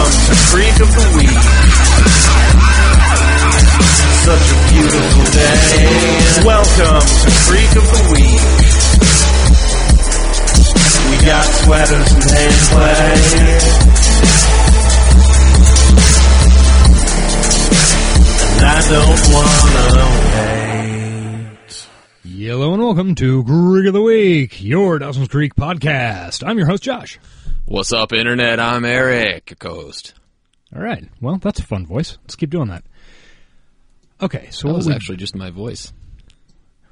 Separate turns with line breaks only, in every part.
freak of the week. Such a beautiful day. Welcome to Freak of the Week. We got sweaters and hand play. And I don't wanna wait.
Hello and welcome to Creek of the Week, your Dawson's Creek podcast. I'm your host, Josh.
What's up, Internet? I'm Eric, your host.
All right. Well, that's a fun voice. Let's keep doing that. Okay. So
That
what
was
we,
actually just my voice.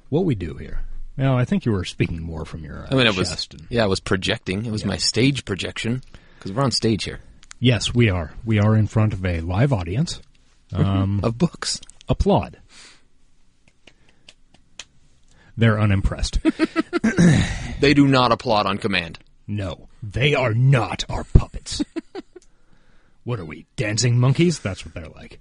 what we do here? Well, I think you were speaking more from your. Uh,
I mean, it was
chest and-
yeah, it was projecting. It was my stage projection because we're on stage here
yes, we are. We are in front of a live audience.
of books.
Applaud. They're unimpressed.
They do not applaud on command.
no, they are not our puppets. what are we, dancing monkeys? That's what they're like.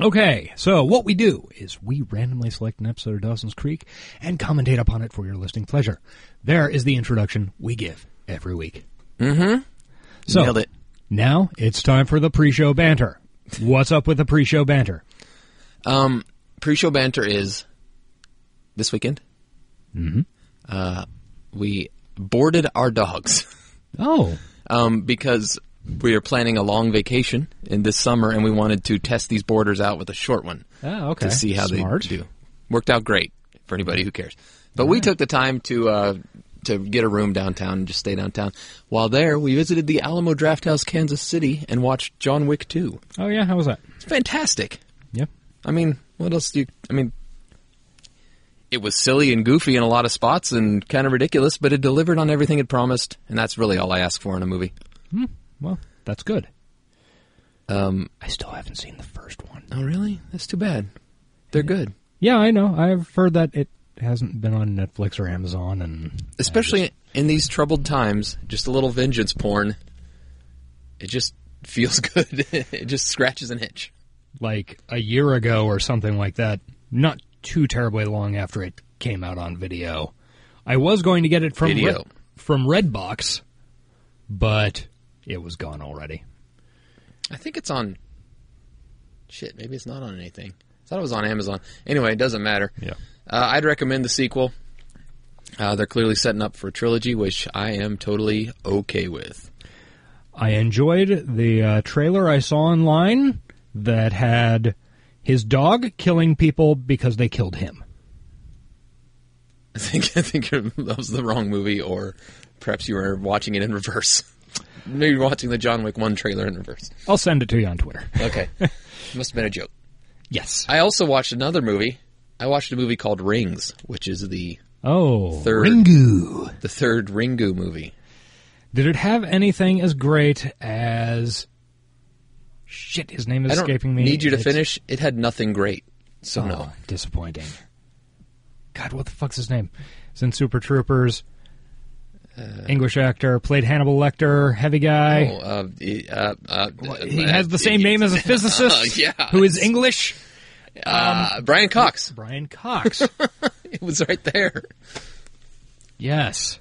Okay, so what we do is we randomly select an episode of Dawson's Creek and commentate upon it for your listening pleasure. There is the introduction we give every week. Mm-hmm. So
Nailed it.
now it's time for the pre-show banter. What's up with the pre-show banter?
Um, pre-show banter is this weekend. Mm-hmm. Uh, we boarded our dogs
Oh,
um, because we are planning a long vacation in this summer, and we wanted to test these borders out with a short one.
Ah, okay.
to see how
Smart.
they do. Worked out great for anybody who cares. But we took the time to uh, to get a room downtown and just stay downtown. While there, we visited the Alamo Drafthouse, Kansas City, and watched John Wick 2.
Oh yeah, how was that?
It's fantastic.
Yep.
I mean, what else do you? I mean, it was silly and goofy in a lot of spots and kind of ridiculous, but it delivered on everything it promised, and that's really all I ask for in a movie.
Well, that's good.
Um,
I still haven't seen the first one.
oh, really? That's too bad. They're good.
Yeah, I know. I've heard that it hasn't been on Netflix or Amazon, and
especially in these troubled times, just a little vengeance porn. It just feels good. it just scratches an itch.
like a year ago or something like that. Not too terribly long after it came out on video. I was going to get it from
Video.
Red, from Redbox, but it was gone already.
I think it's on. Shit, maybe it's not on anything. I thought it was on Amazon. Anyway, it doesn't matter.
Yeah.
Uh, I'd recommend the sequel. Uh, they're clearly setting up for a trilogy, which I am totally okay with.
I enjoyed the uh, trailer I saw online that had his dog killing people because they killed him.
I think I think you're- that was the wrong movie, or perhaps you were watching it in reverse. maybe you're watching the John Wick one trailer in reverse.
I'll send it to you on Twitter.
Okay, must have been a joke.
Yes.
I also watched another movie. I watched a movie called Rings, which is the
Oh,
Third.
Ringu.
the third Ringu movie.
Did it have anything as great as? Shit, his name is
I don't
escaping me.
need you to
It's-
finish. It had nothing great, so
Oh,
no.
disappointing. God, what the fuck's his name? He's in Super Troopers.
Uh,
English actor played Hannibal Lecter, heavy guy.
Oh, uh, e- uh, uh,
he
uh,
has the same name as a physicist
yeah.
who is English.
uh,
um,
Brian Cox.
Brian Cox.
It was right there.
yes.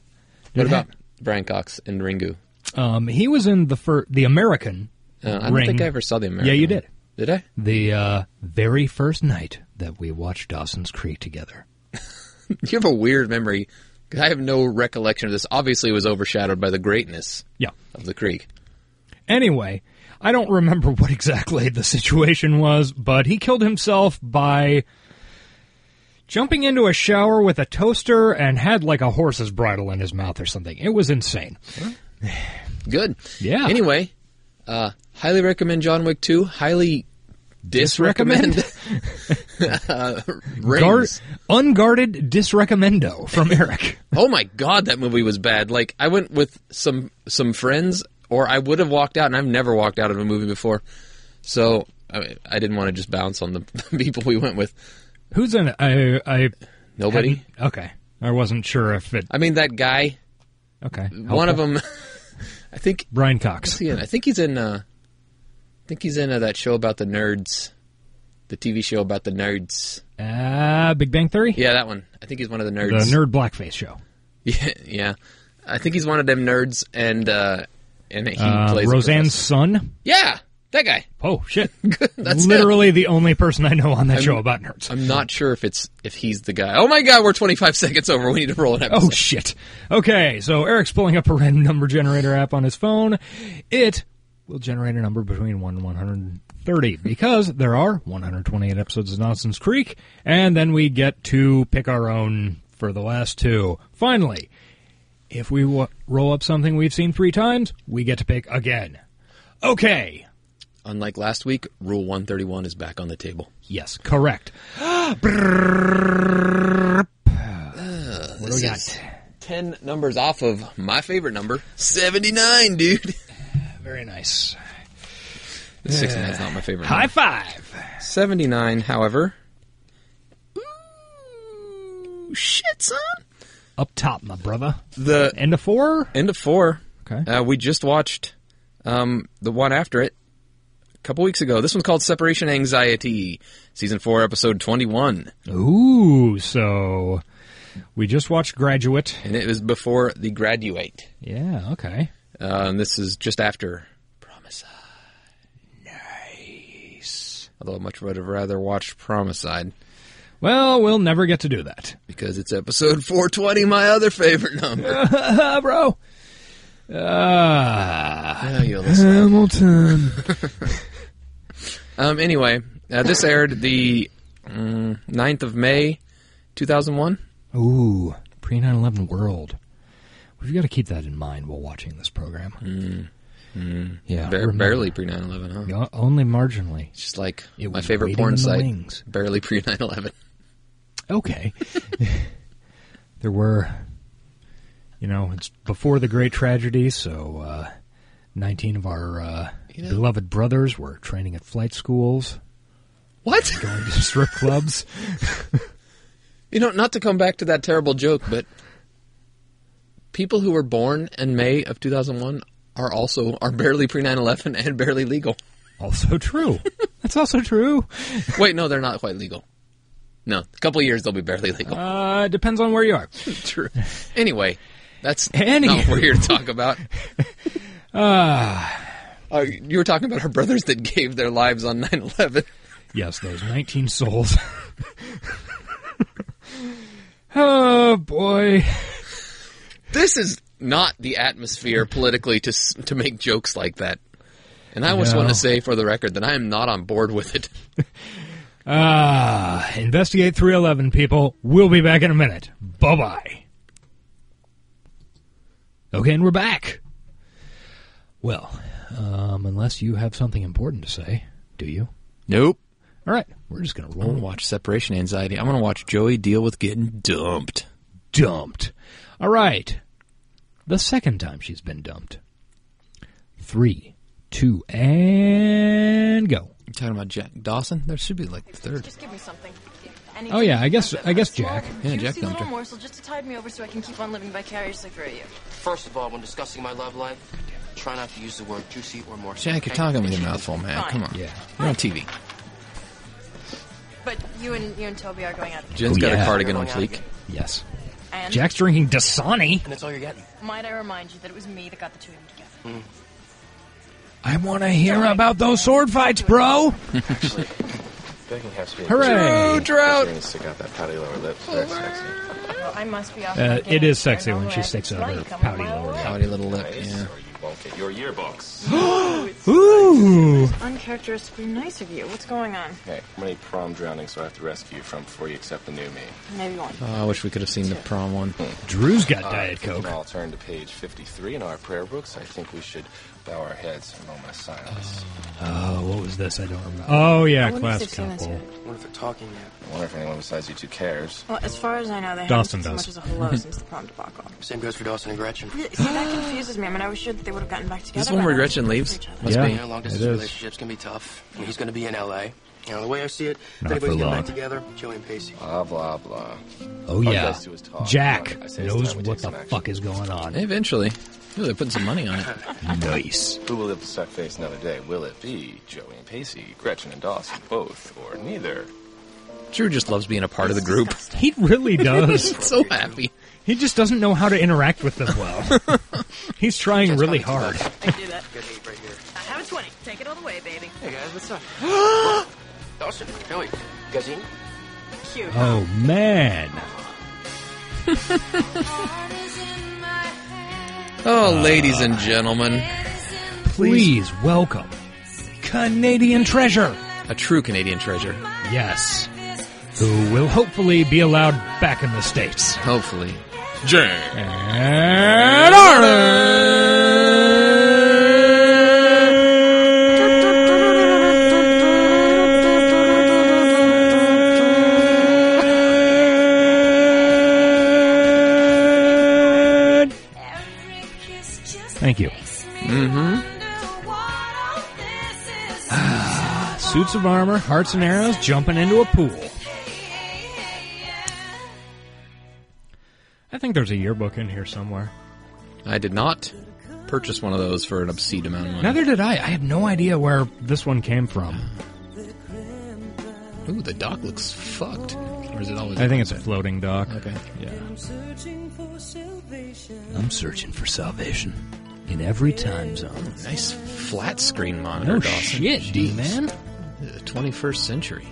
What
Did
about Brian Cox and Ringu?
Um, he was in the fir- the American.
Uh, I don't
Ring.
think I ever saw the American.
Yeah, you
one.
did.
Did I?
The uh, very first night that we watched Dawson's Creek together.
You have a weird memory. 'cause I have no recollection of this. Obviously, it was overshadowed by the greatness
Yeah.
of the Creek.
Anyway, I don't remember what exactly the situation was, but he killed himself by jumping into a shower with a toaster and had like a horse's bridle in his mouth or something. It was insane.
Good.
Yeah.
Anyway, uh, highly recommend John Wick 2. Highly disrecommend uh,
Guard-
Rings.
unguarded disrecommendo from Eric.
Oh my god, that movie was bad. Like I went with some some friends, or I would have walked out, and I've never walked out of a movie before. So I, I didn't want to just bounce on the people we went with.
Who's in it? I, I
Nobody.
hadn't- Okay. I wasn't sure if it.
I mean, that guy.
Okay.
One of
Helpful.
them. I think.
Brian Cox.
Yeah, I think he's in. Uh, I think he's in uh, that show about the nerds, the TV show about the nerds.
Uh, Big Bang Theory?
Yeah, that one. I think he's one of the
The
nerds.
nerd blackface show.
yeah, yeah. I think he's one of them nerds, and uh, and he
Uh,
plays
Roseanne's son.
Yeah, that guy.
Oh shit!
That's
literally the only person I know on that show about nerds.
I'm not sure if it's if he's the guy. Oh my god, we're 25 seconds over. We need to roll an episode.
Oh shit. Okay, so Eric's pulling up a random number generator app on his phone. It will generate a number between 1 and 130 because there are 128 episodes of Nonsense Creek, and then we get to pick our own for the last two. Finally, if we wa roll up something we've seen three times, we get to pick again. Okay.
Unlike last week, Rule 131 is back on the table.
Yes, correct. what do we got?
This is 10 numbers off of my favorite number, 79, dude.
Very nice.
69 is not my favorite
High
number.
five.
79, however. Ooh, shit, son.
up top, my brother.
The
And a four?
end of four.
Okay.
Uh, we just watched um, the one after it a couple weeks ago. This one's called Separation Anxiety, Season 4, Episode 21.
Ooh, so we just watched Graduate.
And it was before The Graduate.
Yeah, okay.
Uh, and this is just after Promicide. Nice. Although I much would have rather watched Promicide
Well, we'll never get to do that.
because it's episode 420, my other favorite number.
bro. Uh,
Oh, you listen.
Hamilton.
um, anyway, uh, this aired the mm, 9th of May, 2001.
Ooh, pre 9 11 world. We've got to keep that in mind while watching this program. Yeah,
Bare-
remember.
barely pre 9 11, huh?
Yeah, only marginally.
It's Just like
It
my
was
favorite
waiting
porn
in the
site.
wings.
Barely pre 9 11.
Okay. there were, you know, it's before the great tragedy, so uh, 19 of our uh,
You know-
beloved brothers were training at flight schools,
What?
going to strip clubs.
You know, not to come back to that terrible joke, but people who were born in May of 2001 are also are barely pre 9/11 and barely legal.
Also true. That's also true.
Wait, no, they're not quite legal. No, a couple of years they'll be barely legal.
Uh, depends on where you are.
True. Anyway, that's
Anywho.
not what we're here to talk about.
Ah.
Uh, you were talking about our brothers that gave their lives on 9/11.
Yes, those 19 souls. oh, boy.
This is not the atmosphere politically to s- to make jokes like that. And I always
No.
want to say for the record that I am not on board with it.
Ah, investigate 311, people. We'll be back in a minute. Bye bye. Okay, and we're back. Well, um, unless you have something important to say, do you?
Nope.
All right, we're just going to
I want
roll
to watch Separation Anxiety. I want to watch Joey deal with getting dumped.
dumped. All right. The second time she's been dumped. Three, two, and go.
You talking about Jack Dawson? There should be like the third.
Just give me something.
Oh, yeah, I guess- I guess Jack.
Yeah,
Yeah,
Jack
Jack little
Dunter.
morsel just to tide me over so I can keep on living vicariously through you.
First of all, when discussing my love life, try not to use the word juicy or more.
Jack, you're talking with your mouthful, man. Come on.
Yeah.
You're on TV.
But you and you and Toby are going out.
Jen's
Oh,
got
yeah.
a cardigan on fleek.
Yes.
And
Jack's drinking Dasani.
And that's all you're getting.
might I remind you that it was me that got the two of you together.
I want to hear about those sword fights, bro.
Actually, begging has to be.
Hooray!
Drought. Means stick out that pouty lower lip. Very sexy.
Well, I must be off.
Uh,
my
it
game.
is sexy
I know
when she
where I
sticks
can
out
smell
her
you coming
pouty
my
lower
way.
Pouty little lip.
Nice,
Yeah.
or you won't get your yearbooks.
Ooh.
Uncharacteristically nice of you. What's going on?
okay, how many prom drownings do I have to rescue you from before you accept the new me?
Maybe one.
Uh,
Oh, I wish we could have seen the prom one.
Drew's got
Alright,
Diet
we can
Coke.
all turn to page 53 in our prayer books. I think we should bow our heads and moment of silence.
Oh, what was this? I don't remember. Oh, yeah,
wonder if
Class
they've seen this
Couple.
yet.
What if they're talking yet?
I wonder if anyone besides you two cares.
Well, as far as I know, they
Dawson
haven't
does.
seen so much as a hello since the prom debacle.
Same goes for Dawson and Gretchen.
See, that confuses me. I mean, I was sure that they would have gotten back together.
This one
by
where
now.
Gretchen leaves? Must
Yeah.
be.
Yeah, long
It
distance
is.
relationships can be tough. And he's going to be in LA. You know, the way I see it, if
Not
anybody's
for
getting back
long.
together, Joey and Pacey.
Blah, blah, blah.
Oh,
you
yeah.
guys do is talk.
Jack
I say it's
knows
time we take
what the
some action.
fuck is going on.
Eventually. Ooh, they're putting some money on it.
Nice.
Who will live to suck face another day? Will it be Joey and Pacey, Gretchen and Dawson, both, or neither?
Drew just loves being a part of the group.
He really does.
so happy.
he just doesn't know how to interact with them well. He's trying really hard.
I do that.
Good meat right here.
I have a 20. Take it all the way, baby.
Hey guys, what's up? Dawson, Joey, you guys eating?
Cute.
Oh man,
Oh, ladies and gentlemen,
please welcome Canadian Treasure.
a true Canadian treasure.
Yes, who will hopefully be allowed back in the states.
Hopefully.
And Ireland. Thank you.
Mm-hmm.
Suits of armor, hearts and arrows, jumping into a pool. I think there's a yearbook in here somewhere.
I did not purchase one of those for an obscene amount of money.
Neither did I. I have no idea where this one came from.
Ooh, the dock looks fucked. Or is it always?
I think it's a floating dock.
Okay. Yeah.
I'm searching for salvation in every time zone.
Nice flat screen monitor.
No
Dawson.
Oh, shit, D
Jeez.
man.
The 21st century.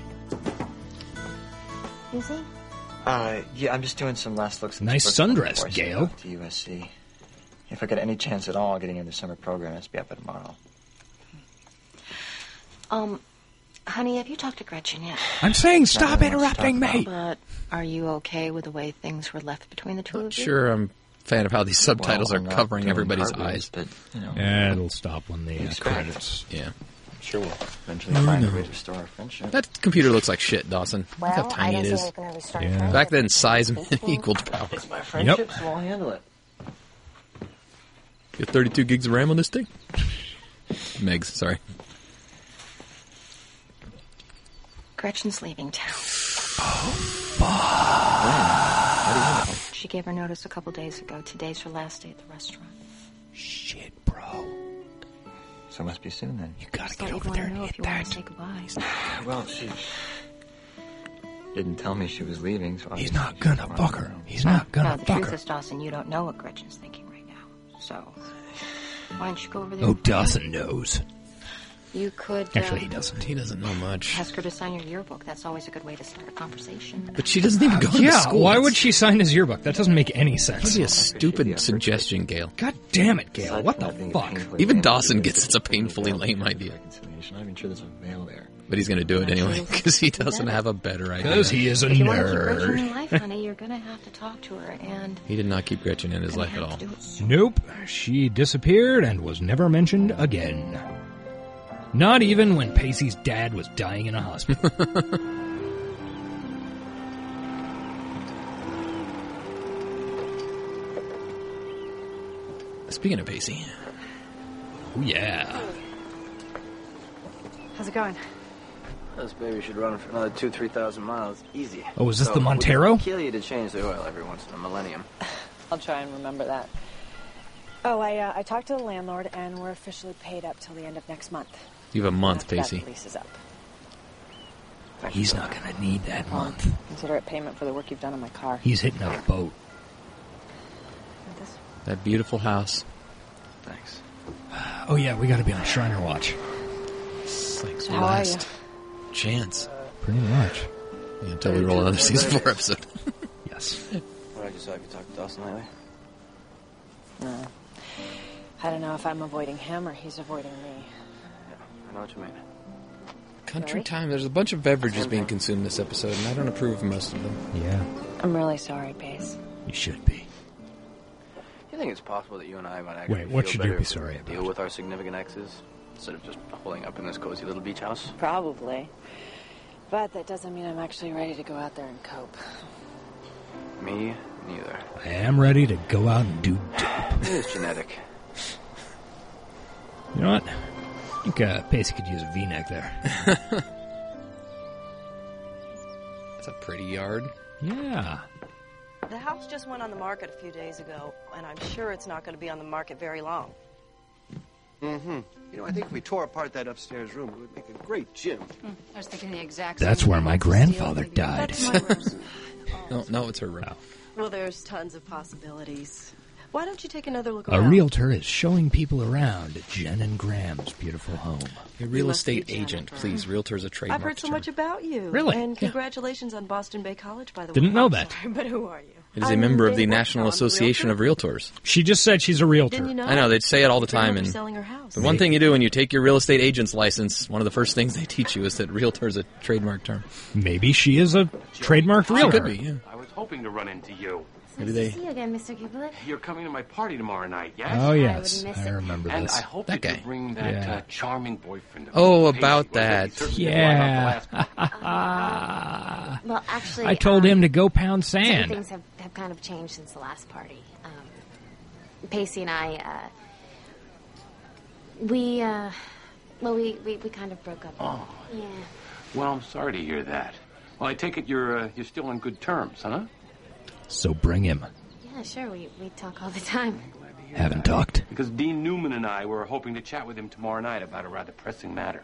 Uh, yeah, I'm just doing some last looks. at
Nice
this book
sundress,
before I send it
Gail.
off To USC. If I get any chance at all getting in the summer program, it's be up by tomorrow.
Um, honey, have you talked to Gretchen yet?
I'm saying
Not
stop
really much to
interrupting
talk
me.
But are you okay with the way things were left between the two
Not
of you?
sure I'm a fan of how these subtitles
Well,
are
I'm not
covering
doing
everybody's
cartwheels,
eyes.
but you know,
Yeah, it'll stop when the uh, credits.
Yeah.
sure we'll eventually find a way to restore our friendship.
That computer looks like shit, Dawson. Look how
Well, I
tiny
don't
it
see
is.
how we can ever start
Yeah.
friendship
Back then,
with
size
Facebook.
equaled power.
it's my friendship, so I'll handle it.
You have 32 gigs of RAM on this thing? Megs, sorry.
Gretchen's leaving town.
Oh,
She gave her notice a couple days ago. Today's her last day at the restaurant.
Shit, bro.
So it must be soon then.
You gotta
Just thought
get
you'd
over
want
there
to
and
know if
hit
you want to
that.
say goodbye.
Well, she didn't tell me she was leaving, so I
He's
guess
not
she
gonna
wanted
fuck
to
her.
know.
He's not
No,
gonna
the
fuck
truth
her.
is, Dawson, you don't know what Gretchen's thinking right now. So, why don't you go over there?
Oh,
and find out?
Dawson knows.
You could uh,
Actually, he doesn't.
He doesn't know much.
ask her to sign your yearbook. That's always a good way to start a conversation.
But she doesn't even go to
Yeah,
school.
why
That's-
would she sign his yearbook? That doesn't make any
That'd
sense.
be a
the effort.
stupid suggestion, Gail.
God damn it, Gail.
Aside
What
from
the
that being a
fuck?
painfully
Even
lame
Dawson
idea,
gets it's a painfully lame idea.
Reconciliation. I'm even sure there's a veil there.
But he's going to do it anyway because he doesn't have a better idea.
Because he is a
If you want to keep Gretchen in
nerd.
your life, honey, you're going to have to talk to her and.
He did not keep Gretchen in his
gonna
life at
have
all.
to do it soon.
Nope, she disappeared and was never mentioned again. Not even when Pacey's dad was dying in a hospital.
Speaking of Pacey,
oh, yeah.
How's it going?
This baby should run for another two, three thousand miles, easy.
Oh, is this
So,
the
would
Montero?
Kill you to change the oil every once in a millennium.
I'll try and remember that. Oh, I uh, I talked to the landlord, and we're officially paid up till the end of next month.
you have a month,
After that, the
Pacey.
lease is up.
He's not gonna need that month.
Consider it payment for the work you've done on my car.
He's hitting a boat.
This-
That beautiful house.
Thanks.
Oh yeah, we gotta be on Shriner watch.
It's like
So
the
how are
last chance.
Pretty much.
Yeah, until we roll another season four episode.
Yes.
What I just saw you talk to Dawson lately.
No. I don't know if I'm avoiding him or he's avoiding me.
I know what you mean.
Country
Really?
time. There's a bunch of beverages being consumed this episode, and I don't approve of most of them.
Yeah.
I'm really sorry, Pace.
You should be.
You think it's possible that you and I might actually
Wait, what
feel
should
better
you be
if we
sorry
Deal
about?
with our significant exes instead of just holding up in this cozy little beach house.
Probably. But that doesn't mean I'm actually ready to go out there and cope.
Me neither.
I am ready to go out and do. d-
It is genetic.
You know what? I think uh, Pacey could use a V-neck there.
It's a pretty yard.
yeah.
The house just went on the market a few days ago, and I'm sure it's not going to be on the market very long.
You know, I think if we tore apart that upstairs room, it would make a great gym.
I was thinking the exact
That's where my grandfather died.
That's my room.
No, no, it's her room.
well, there's tons of possibilities.
Why don't you take another look
A
around?
realtor is showing people around Jen and Graham's beautiful home.
A real estate agent, please. Realtor is a trademark.
I've heard so much about you.
Really?
And
Yeah.
congratulations on Boston Bay College, by the way.
Didn't know
I'm
that.
sorry, but who are you?
It is a member of the National Association of Realtors.
She just said she's a realtor.
Didn't you know?
I know they say it all the time.
Remember
And
selling her house.
the one thing you do when you take your real estate agent's license, one of the first things they teach you is that realtor is a trademark term.
Maybe she is a trademarked
She
realtor.
could be, yeah.
I was hoping to run into you.
Maybe they.
See you again, Mr. Giblet.
You're coming to my party tomorrow night, yes?
Oh, I yes.
miss I it.
remember
and
this.
I hope
That
that you
guy.
could bring that
Yeah.
uh, charming boyfriend. of
Oh,
yours,
about
Casey, well, he
that.
certainly did line
Yeah. Uh,
up the last-
Well, actually,
I told
um,
him to go pound
some
sand.
Things have, have kind of changed since the last party. Um, Pacey and I, uh, we, uh, well, we, we, we kind of broke up.
Oh.
Yeah.
Well, I'm sorry to hear that. Well, I take it you're uh, you're still on good terms, huh?
So bring him.
Yeah, sure. We, we talk all the time.
Haven't talked.
Because Dean Newman and I were hoping to chat with him tomorrow night about a rather pressing matter.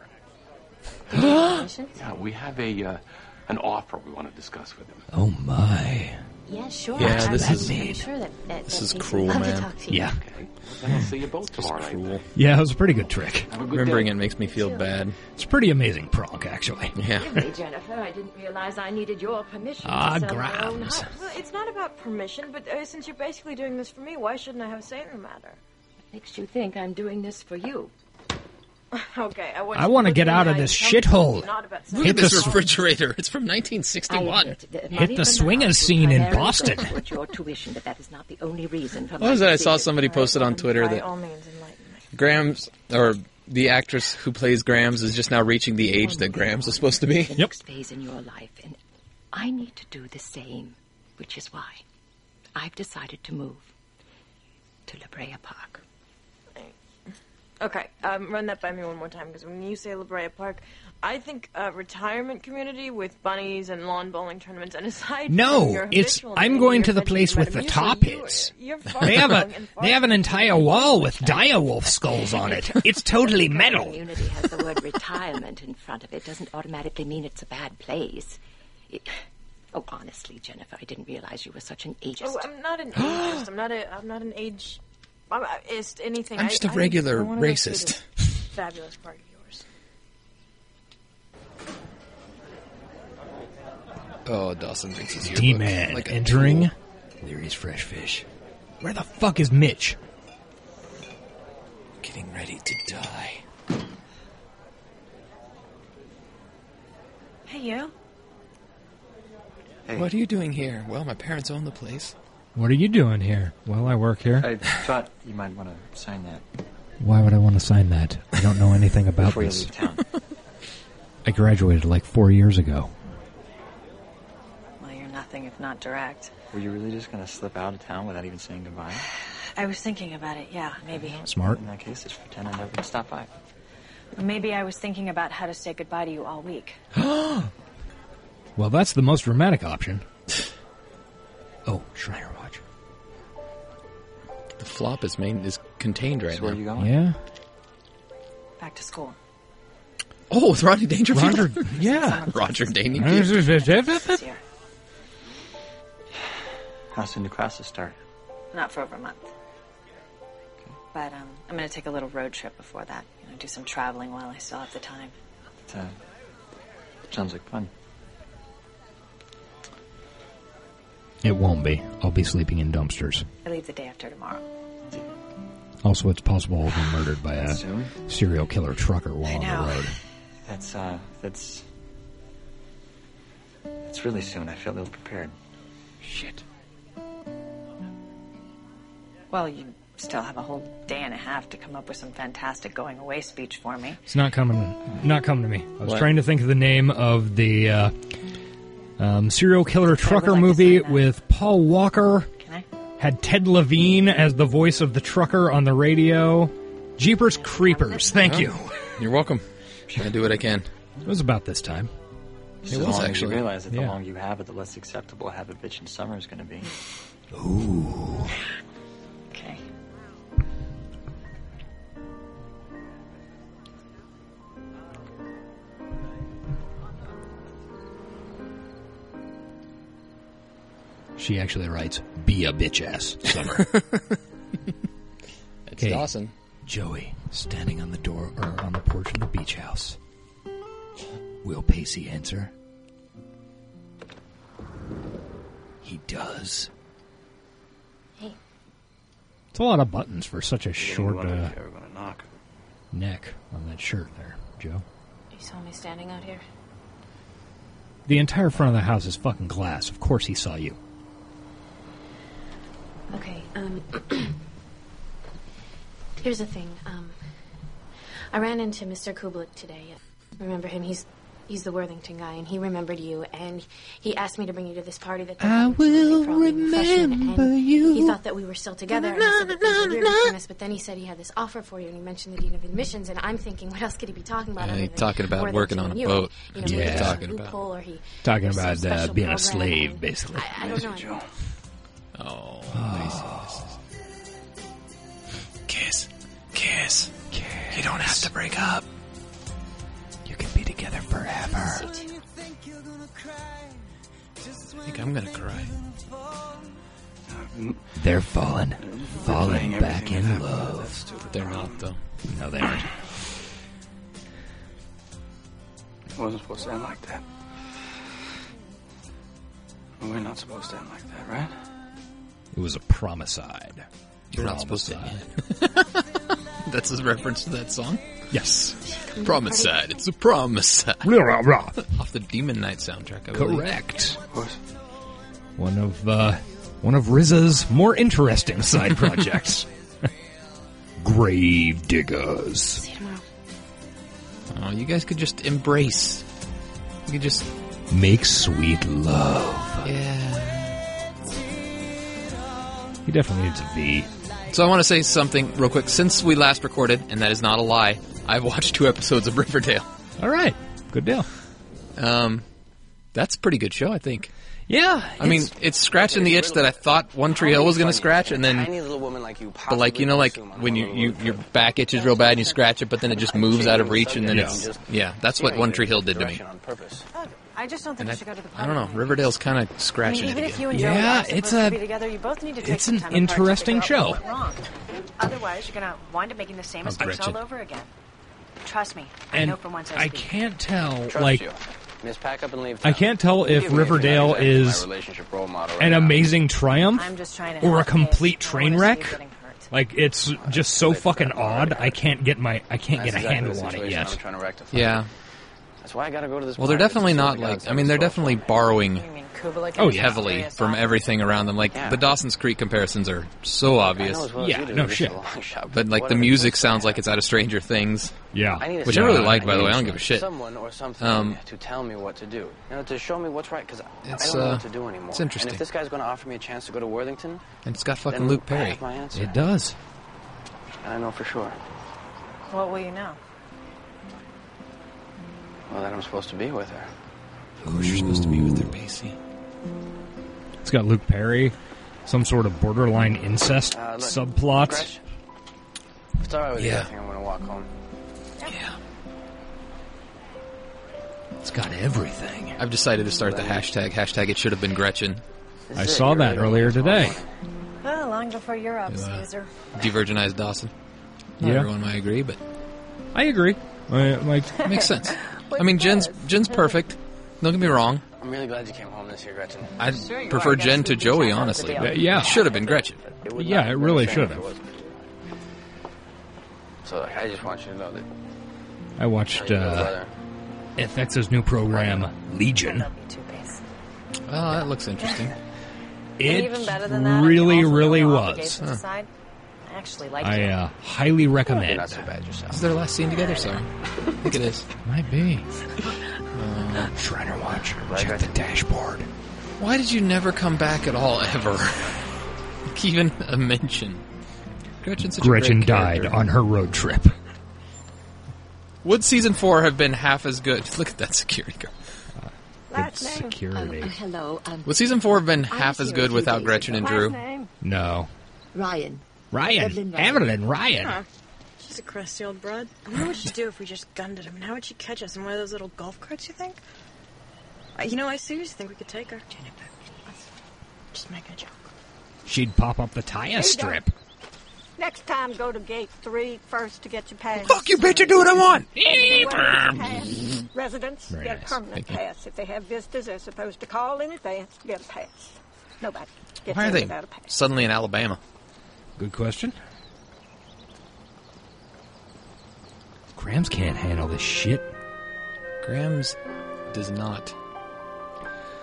Congratulations.
Yeah, we have a uh, an offer we want to discuss with him.
Oh my.
Yeah, sure.
Yeah,
I'm,
this
I'm,
is-
I'm sure that, that,
This
that
is
Pacey would
cruel,
love
man.
To talk to you.
Yeah.
Then I'll see you both tomorrow night.
Cruel.
Yeah, it was a pretty good trick.
Remembering it makes me feel bad.
It's a pretty amazing prank, actually.
Yeah.
Hey, Jennifer, I didn't realize I needed your permission to
Ah,
sell my own
Grimes.
house.
Well, it's not about permission, but uh, since you're basically doing this for me, why shouldn't I have a say in the matter?
Makes you think I'm doing this for you.
okay, I want.
I want to get out of this shithole.
Look at this refrigerator. It's from 1961.
Hit the swingers scene in Boston.
But your tuition, but that is not the only reason. For
What was that? I saw somebody posted on Twitter that Graham's or the actress who plays Graham's is just now reaching the age that Graham's was supposed to be.
The next phase in your life, and I need to do the same, which is why I've decided to move to La Brea Park.
Okay, um, run that by me one more time because when you say La Brea Park, I think uh, retirement community with bunnies and lawn bowling tournaments. And aside, from your
No, it's
habitual
I'm
daily,
going
your
to the
bedroom
place with
madam,
the
you say
top
you-
hits.
You're
They have
far-flung
a
and
they have an entire wall with direwolf skulls on it. It's totally
The
metal.
community has the word retirement in front of it doesn't automatically mean it's a bad place. It- oh, honestly, Jennifer, I didn't realize you were such an ageist.
Oh, I'm not an ageist. I'm not a. I'm not an age. I'm I- it's anything.
I'm
I-
just a
I-
regular
I wanna go to
racist.
this Fabulous party of yours.
Oh, Dawson thinks it's
D man
Like a
entering Leary's Fresh Fish. Where the fuck is Mitch?
Getting ready to die.
Hey, you.
What are you doing here? Well, my parents own the place.
What are you doing here? Well, I work here.
I thought you might want to sign that
Why would I want to sign that? I don't know anything about
before you
this.
leave town.
I graduated like four years ago.
Well, you're nothing if not direct.
Were you really just going to slip out of town without even saying goodbye?
I was thinking about it. Yeah, maybe.
Smart.
In that case, just pretend I never stopped by.
Maybe I was thinking about how to say goodbye to you all week.
Well, that's the most dramatic option. oh, Shriner watch.
The flop is main is contained right
So where are
now.
you going?
Yeah.
Back to school.
Oh, it's Rodney Dangerfield.
Roger. yeah.
Roger Dangerfield.
That's
Here.
How soon do classes start?
Not for over a month. But um, I'm going to take a little road trip before that. You know, do some traveling while I still have the time.
It, uh, sounds like fun.
It won't be. I'll be sleeping in dumpsters.
I leave the day after tomorrow.
Also, it's possible I'll be murdered by a
Soon?
serial killer trucker while
I
on
know.
the road.
That's, uh, that's. That's really soon. I feel ill prepared.
Shit.
Well, you still have a whole day and a half to come up with some fantastic going away speech for me.
It's not coming. Not coming to me. I was
What?
trying to think of the name of the uh, um, serial killer trucker
like to
movie
sign that.
with Paul Walker.
Can I?
Had Ted Levine as the voice of the trucker on the radio. Jeepers Creepers. Thank you.
You're welcome. I do what I can.
It was about this time.
Just
It
as
was
long as
actually.
You realize that the
Yeah.
longer you have it, the less acceptable have a bitch in summer is going to be.
Okay.
She actually writes, "Be a bitch ass summer."
It's Dawson.
Joey standing on the door or on the porch of the beach house. Will Pacey answer? He does.
Hey.
It's a lot of buttons for such a
You
short
wonder
uh,
if you're ever gonna knock.
neck on that shirt there, Joe.
You saw me standing out here.
The entire front of the house is fucking glass. Of course he saw you.
Okay, um. here's the thing. Um. I ran into Mr. Kublik today. Remember him? He's. He's the Worthington guy, and he remembered you, and he asked me to bring you to this party that they're having for
will
late prom freshmen, and
remember you.
He thought that we were still together, and I said that things were weird between us, but then he said he had this offer for you, and he mentioned the Dean of Admissions, and I'm thinking, what else could he be talking about?
Yeah,
other
he's
than
talking about
Worthington
working on
and
a
you?
boat.
You know,
That's what
maybe
he's
there's some
talking about.
loophole, Or he,
Talking
there's some
about uh,
special
being a
program,
slave,
and
basically.
I, I don't know. I'm-
Oh,
Kiss. Kiss. Kiss. You don't have to break up. You can be together forever.
I think I'm gonna cry.
They're falling. Falling
Replaying
back
everything
in
that happened. That's
love.
stupid. They're not, though.
No, they aren't.
It wasn't supposed to end like that. We're not supposed to end like that, right?
It was a promicide.
You're not supposed to
Promicide.
That's his reference to that song.
Yes.
Promise side. It's a promise side.
Rah, rah, rah.
Off the Demon Knight soundtrack. I believe.
Correct. One of uh, one of RZA's more interesting side projects. Grave diggers.
Oh, you guys could just embrace. You could just
Make sweet love.
yeah.
He definitely needs a V.
So I want to say something real quick. Since we last recorded, and that is not a lie, I've watched two episodes of Riverdale.
All right, good deal.
Um, that's a pretty good show, I think.
Yeah,
I mean, it's scratching the itch that I thought One Tree Hill was going to scratch, and then, but like you know, like when you, you your back itches real bad and you scratch it, but then it just moves out of reach, and then it's yeah, that's what One Tree Hill did to me.
Oh, I just don't think
And I,
you should go to the
I
party.
don't know, Riverdale's kind of
I mean,
scratching
even
it
if
again.
you and Joey
Yeah,
are supposed
it's
to
a-
be together, you both need to take
it's
some
an
time apart to figure
interesting
out what
show.
went wrong. Otherwise, you're gonna wind up making the same
Oh,
mistakes
Gretchen.
all over again. Trust me, I
And
know from once I,
I
speak.
can't tell,
Trust
like,
you. Miss, pack up and leave.
I
town.
can't tell if
Forgive me
Riverdale
if you're not exactly
is
my relationship role model right
an
now.
amazing triumph
I'm just trying to
or a
help,
complete
Dave. I
train
don't wanna see you
wreck.
getting hurt.
Like it's just so fucking odd. I can't get my I can't
That's
get a
exactly the
handle on it
situation
yet.
I'm trying to rectify.
Yeah.
That's why I gotta go to this.
Well, they're
party.
definitely
It's
not
the
like.
guys
I mean, they're
that
definitely borrowing
You mean Kubelik?
Oh,
is
yeah.
heavily
serious
from
on-
everything around them. Like
Yeah.
the Dawson's Creek comparisons are so
I know
obvious,
as well as
Yeah,
you do,
no
this is
shit.
a long shot,
but like the
whatever.
music sounds like it's out of Stranger Things,
Yeah,
I need a
which I really
someone-
like. By the way, I
need
don't give a shit.
Someone or something
Um,
to tell me what to do, you know, to show me what's right, because I
It's,
don't know
uh,
what to do anymore.
it's interesting.
And if this guy's going to offer me a chance to go to Worthington,
And it's got fucking
then
Luke
I
Perry.
have my answer,
it does.
and I know for sure.
What will you know?
Well, that I'm supposed to be with her.
Oh, you're supposed to be with her, Pacey.
It's got Luke Perry, some sort of borderline incest
Uh, look,
subplot.
Gretch, if it's all right with you,
Yeah.
I think I'm going to walk home.
Yeah.
It's got everything.
I've decided to start the hashtag. Hashtag it should have been Gretchen.
This
I
is it.
saw
You're
that
right.
earlier today.
Well, long before you're up,
Yeah.
Caesar.
Devirginized Dawson. Not
Yeah.
everyone might agree, but
I agree. I, like
it makes sense. I mean, Jen's Jen's perfect. Don't get me wrong.
I'm really glad you came home this year, Gretchen.
I
Sure you
prefer
are.
Jen
That's
to
the
Joey,
deal.
honestly.
That's the
but
deal. Yeah.
it should have been Gretchen.
It would
Yeah,
not
it
have been
really
the same
should
if
have.
it wasn't. So like, I just want you to know that
I watched
you're my
uh,
brother.
FX's new program Legion.
Love you too, Pace.
Oh, that looks interesting.
And
It
even better than that, I
really,
also
really
know
was.
obligations aside, I actually like
I
it.
uh, highly
You're
recommend.
not so bad
Is
yourself.
their last scene together? Sorry, I think it is.
Might be. Shriner Watch. Check the dashboard.
Why did you never come back at all, ever? Like, Even a mention. Gretchen's such a great
Gretchen died
character.
on her road trip.
Would season four have been half as good? Look at that security guard.
It's
name.
Um,
security.
uh, hello, um,
Would season four have been
I
half
was
as
here a
good
few
without
days
Gretchen and
ago.
Drew?
name?
No.
Ryan.
Ryan.
Evelyn Ryan.
Evelyn Ryan.
She's a crusty old broad. I wonder what she'd do if we just gunned at him. And how would she catch us in one of those little golf carts, you think? Uh, you know, I seriously think we could take her. Jennifer, just make a joke.
She'd pop up the tire strip.
Next time, go to gate three first to get your pass.
Fuck you, bitch! I do what I want.
Pass. Residents
Very
get a
nice.
permanent
Thank you.
pass. If they have visitors, they're supposed to call in advance to get a pass. Nobody gets
Why are
in
they
without a pass.
suddenly in Alabama?
Good question. Grams can't handle this shit.
Grams does not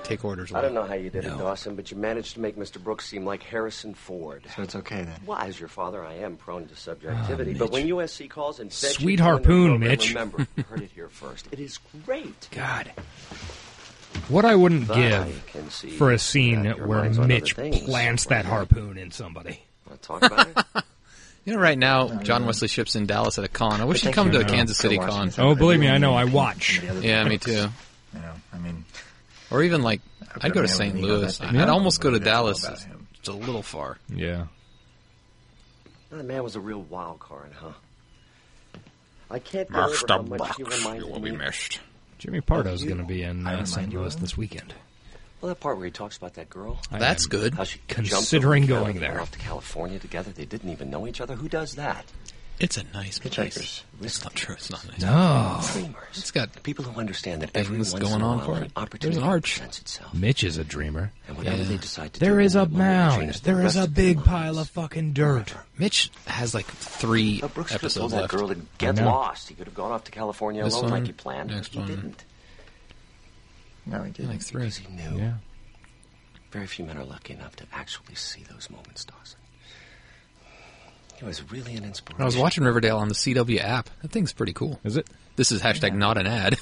take orders.
I don't know how you did it, Dawson, but you managed to make Mr. Brooks seem like Harrison Ford. So it's okay then. Why? As your father, I am prone to subjectivity, but when USC calls and says
Ah, Sweet harpoon, Mitch.
remember, you heard it here first. It is great.
God, What I wouldn't
But
give
I can see
for a scene
that your
where
mind's on other
Mitch
things.
plants that harpoon in somebody.
You know, right now, John Wesley Ships in Dallas at a con. I wish he'd come to a Kansas City con.
Oh, believe me, I know. I watch.
Yeah, me too.
You know, I mean,
Or even like, I'd go to
I mean,
St.
you know
Louis.
that
I'd
they-
almost go to
That's all
Dallas.
about
It's a little far.
Yeah.
That man was a real wild card, huh? I can't get over how
Master
much he reminded me.
missed.
Jimmy Pardo's going to be in uh, St. Louis this weekend.
Well, that part where he talks about that girl.
I That's am good.
How she
considering
jumped over the
going
counter and
there.
Off to California together. They didn't even know each other. Who does that?
It's a nice
place. It's not
true. It's not nice.
No.
Dreamers.
It's got
people who understand that every
Everything's
once in
going
a
on
while
for
an
it. There's
opportunity
an arch.
presents itself.
Mitch is a dreamer.
And whatever they decide to
There
do,
is a
they will change
mound.
the
There is
rest
a
of their
big pile of fucking dirt.
Mitch has like three
Oh,
Brooks could have
episodes
told that
left.
girl to get lost. He could have gone off to California
This
alone
one,
like he planned.
next
he
one.
didn't.
No, he didn't.
Like three.
He knew.
Yeah.
Very few men are lucky enough to actually see those moments, Dawson. It was really an inspiration.
I was watching Riverdale on the CW app. That thing's pretty cool.
Is it?
This is hashtag not an ad.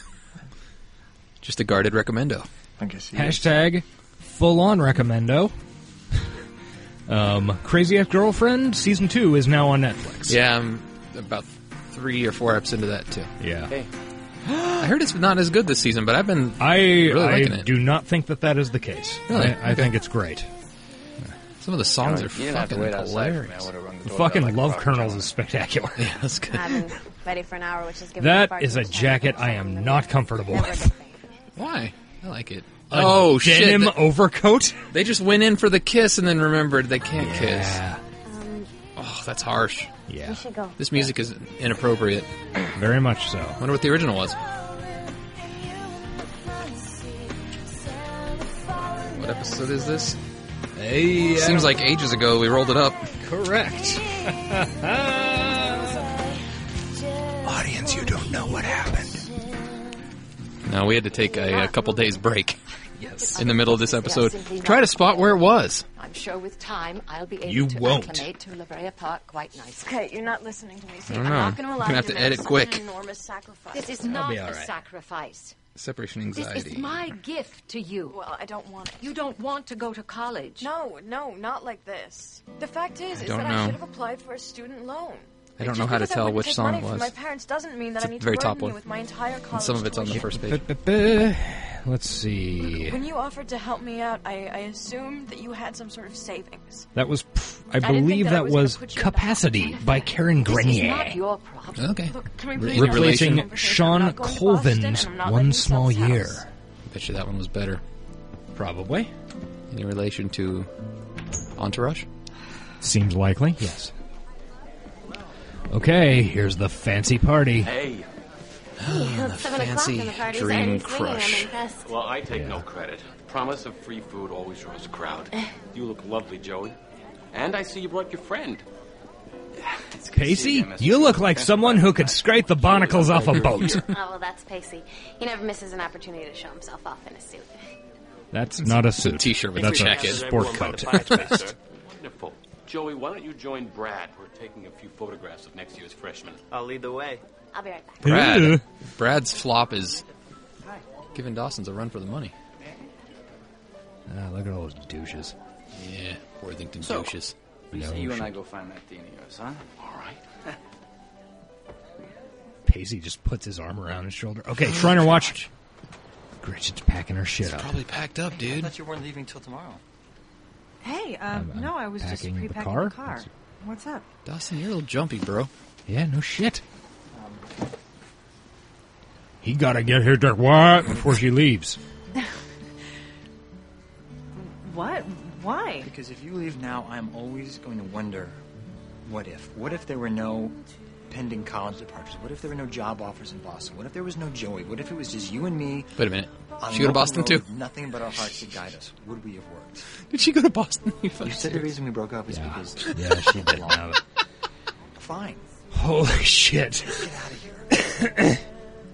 Just a guarded recommendo.
I guess
Hashtag full on recommendo. um, Crazy Ex Girlfriend season two is now on Netflix.
Yeah, I'm about three or four eps into that too.
Yeah.
I heard it's not as good this season, but I've been
I
really
I
liking it.
do not think that that is the case.
Really?
I, I
Okay.
think it's great.
Some of the songs are
You don't have to
fucking
wait outside for me.
hilarious.
I would've run the The doorbell fucking like a Love Colonels is spectacular. Yeah,
that's good.
I've been ready for an hour, which is giving me far
That
too
is a
much time.
jacket I am not comfortable
Never a
with.
Why? I like it.
A
oh shit!
denim
Th-
overcoat.
They just went in for the kiss and then remembered they can't
Yeah.
kiss. Oh, that's harsh.
Yeah.
We should go.
This music is inappropriate.
Very much so.
Wonder what the original was. What episode is this?
Hey, I
Seems
don't-
like ages ago we rolled it up.
Correct. Audience, you don't know what happened.
No, we had to take a, a couple days break.
Yes.
In the middle of this episode, try to spot where it was.
I'm sure with time I'll be able
You
to
won't.
acclimate to La Brea Park quite nicely.
Okay, you're not listening to me.
I don't know.
am not going to allow
You're gonna have
you
to
make
edit
such
quick.
An enormous sacrifice.
This is
That'll
not
be all
a
right.
sacrifice.
Separation
This is
anxiety.
my gift to you. Well,
I don't want it.
You don't want to go to college.
No, no, not like this. The fact is,
I
is
don't
that
know.
I should have applied for a student loan.
I don't
Just
know how to
because I
tell
wouldn't
which
take
song
money
it
from
was.
My parents doesn't mean that
It's
I
a
need to
very
burden
top
you
one.
with my entire
And
college.
some of it's on the
tuition.
first page.
Let's see.
When you offered to help me out, I, I assumed that you had some sort of savings.
That was, pff, I
I didn't think
believe
that I
that
was gonna
was
put you in the-
Capacity by Karen
This is
Grenier.
not your
problem.
Okay.
Look, can we please not
Replacing
have this
Sean
conversation? I'm not going
Colvin's
to Boston, and I'm not
One
letting
Small
Seth's house.
Year.
I bet you that one was better.
Probably.
Any relation to Entourage?
Seems likely, yes. Okay, here's the fancy party.
Hey.
It's seven o'clock and the party's already swinging. I'm impressed.
Well, I take no credit. Promise of free food always draws a crowd. You look lovely, Joey. And I see you brought your friend.
Pacey, you look like someone who could scrape the barnacles off a boat.
oh, well, that's Pacey. He never misses an opportunity to show himself off in a suit.
That's not a suit.
t-shirt with a
That's
jacket.
a sport
Everyone
coat.
by the fireplace, sir. Wonderful. Joey, why don't you join Brad? We're taking a few photographs of next year's freshmen.
I'll lead the way.
I'll be right back.
Brad. Brad's flop is giving Dawson's a run for the money.
Ah, look at all those douches.
Yeah, Worthington
So,
douches.
You say you and I go find that Denios, huh? All right.
Pacey just puts his arm around his shoulder. Okay, Shriner, watch. Gretchen's packing her shit up.
Probably packed up, dude.
I thought you weren't leaving till tomorrow.
Hey, um,
I'm-
no, I was just
packing the
pre-packing the
car?
car.
Uh,
What's up?
Dawson, you're a little jumpy, bro.
Yeah, no shit. He gotta get here to what before she leaves.
What? Why?
Because if you leave now, I'm always going to wonder What if? What if there were no pending college departures? What if there were no job offers in Boston? What if there was no Joey? What if it was just you and me?
Wait a minute.
on
She go to
an open
Boston, too?
road, Nothing but our hearts to guide us. Would we have worked?
Did she go to Boston? You
said the reason we broke up is because
Yeah, she didn't know
it. Fine.
Holy shit.
Get out of here.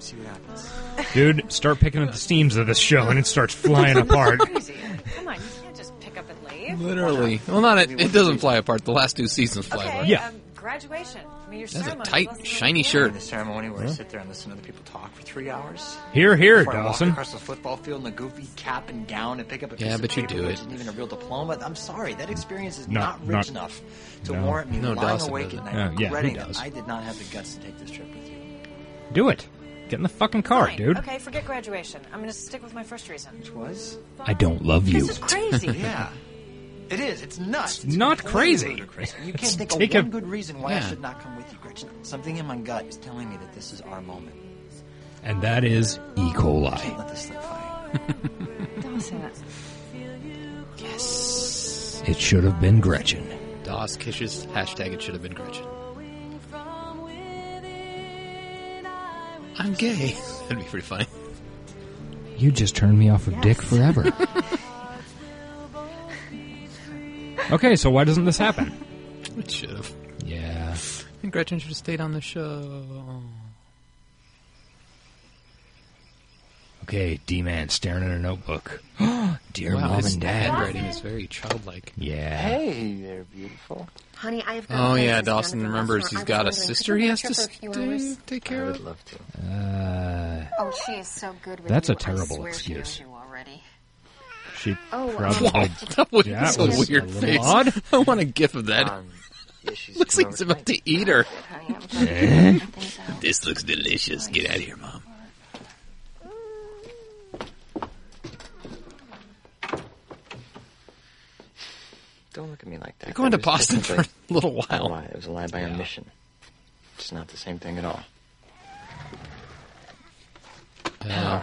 See what happens.
Dude, start picking up the steams of this show and it starts flying apart.
Crazy. Come on, you can't just pick up and leave.
Literally. Well, not it, it doesn't fly apart. The last two seasons fly
Okay,
apart.
Um, graduation. I mean, your
That's a
ceremony.
tight,
wasn't
shiny
even-
shirt.
The ceremony where I
Yeah.
sit there and listen to other people talk for three hours.
Here, here,
Before I walk
Dawson.
across the football field in a goofy cap and gown and pick up a piece
Yeah,
of
but you
paper,
do
which
it.
Isn't even a real diploma. I'm sorry, that experience is
No,
not, rich
not-
enough to
no.
warrant me
No,
lying
Dawson
awake
doesn't.
at
Yeah, yeah,
night
he
regretting that
does.
I did not have the guts to take this trip with you.
Do it. Get in the fucking car,
Fine.
dude.
Okay, forget graduation. I'm going to stick with my first reason. Which
was?
I don't love you.
This is crazy.
yeah. It is. It's nuts.
It's not
completely
crazy.
ludicrous. And You
It's
can't think of
take a-
one good reason why
Yeah.
I should not come with you, Gretchen. Something in my gut is telling me that this is our moment.
And that is E.
I can't
coli.
let this slip by.
Dawson.
Yes.
It should have been Gretchen.
Dos kisses. Hashtag it should have been Gretchen. I'm gay. That'd be pretty funny.
You just turned me off of dick forever. okay, so why doesn't this happen?
It should have.
Yeah.
I think Gretchen should have stayed on the show.
Okay, D Man staring at her notebook. Dear
Wow,
mom
his
and dad.
Handwriting is very childlike.
Yeah.
Hey there, beautiful.
Honey, I have
Oh yeah, Dawson remembers he's got a sister he has to stay.
take care
of. I would love to.
Uh,
Oh, she is so good with
That's
you.
a
I
terrible
swear she knows
excuse.
you already.
she
Oh,
probably.
wow, that was
a
was
weird
little
face.
Odd.
I want a gif of that. looks like he's about to eat her.
Eh?
this looks delicious. Get out of here, mom.
Don't look at me like that.
You're going to
That was
Boston for a
technically
little
a
while.
lie. It was a lie by omission. It's not the same thing at all.
Uh,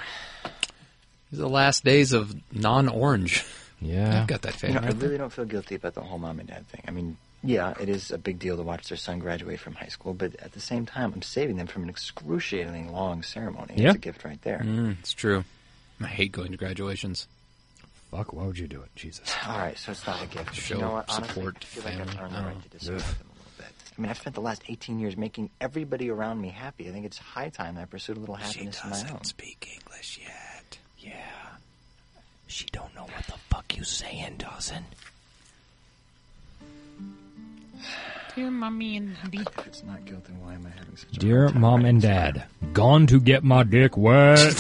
these are the last days of non-orange.
Yeah,
I've got that fan.
You know, I really don't feel guilty about the whole mom and dad thing. I mean, yeah, it is a big deal to watch their son graduate from high school, but at the same time, I'm saving them from an excruciatingly long ceremony.
Yeah.
It's a gift right there.
Mm, it's true. I hate going to graduations.
Fuck, why would you do it? Jesus.
All right, so it's not a gift.
Show
you know what? Honestly,
support,
I feel like I've
family.
earned the
Oh.
right to disagree with them a little bit. I mean, I've spent the last 18 years making everybody around me happy. I think it's high time I pursued a little happiness of my own.
speak English yet.
Yeah. She don't know what the fuck you saying, Dawson.
Dear mommy and daddy.
If it's not guilt, then why am I having such a
Dear mom and dad, gone to get my dick wet.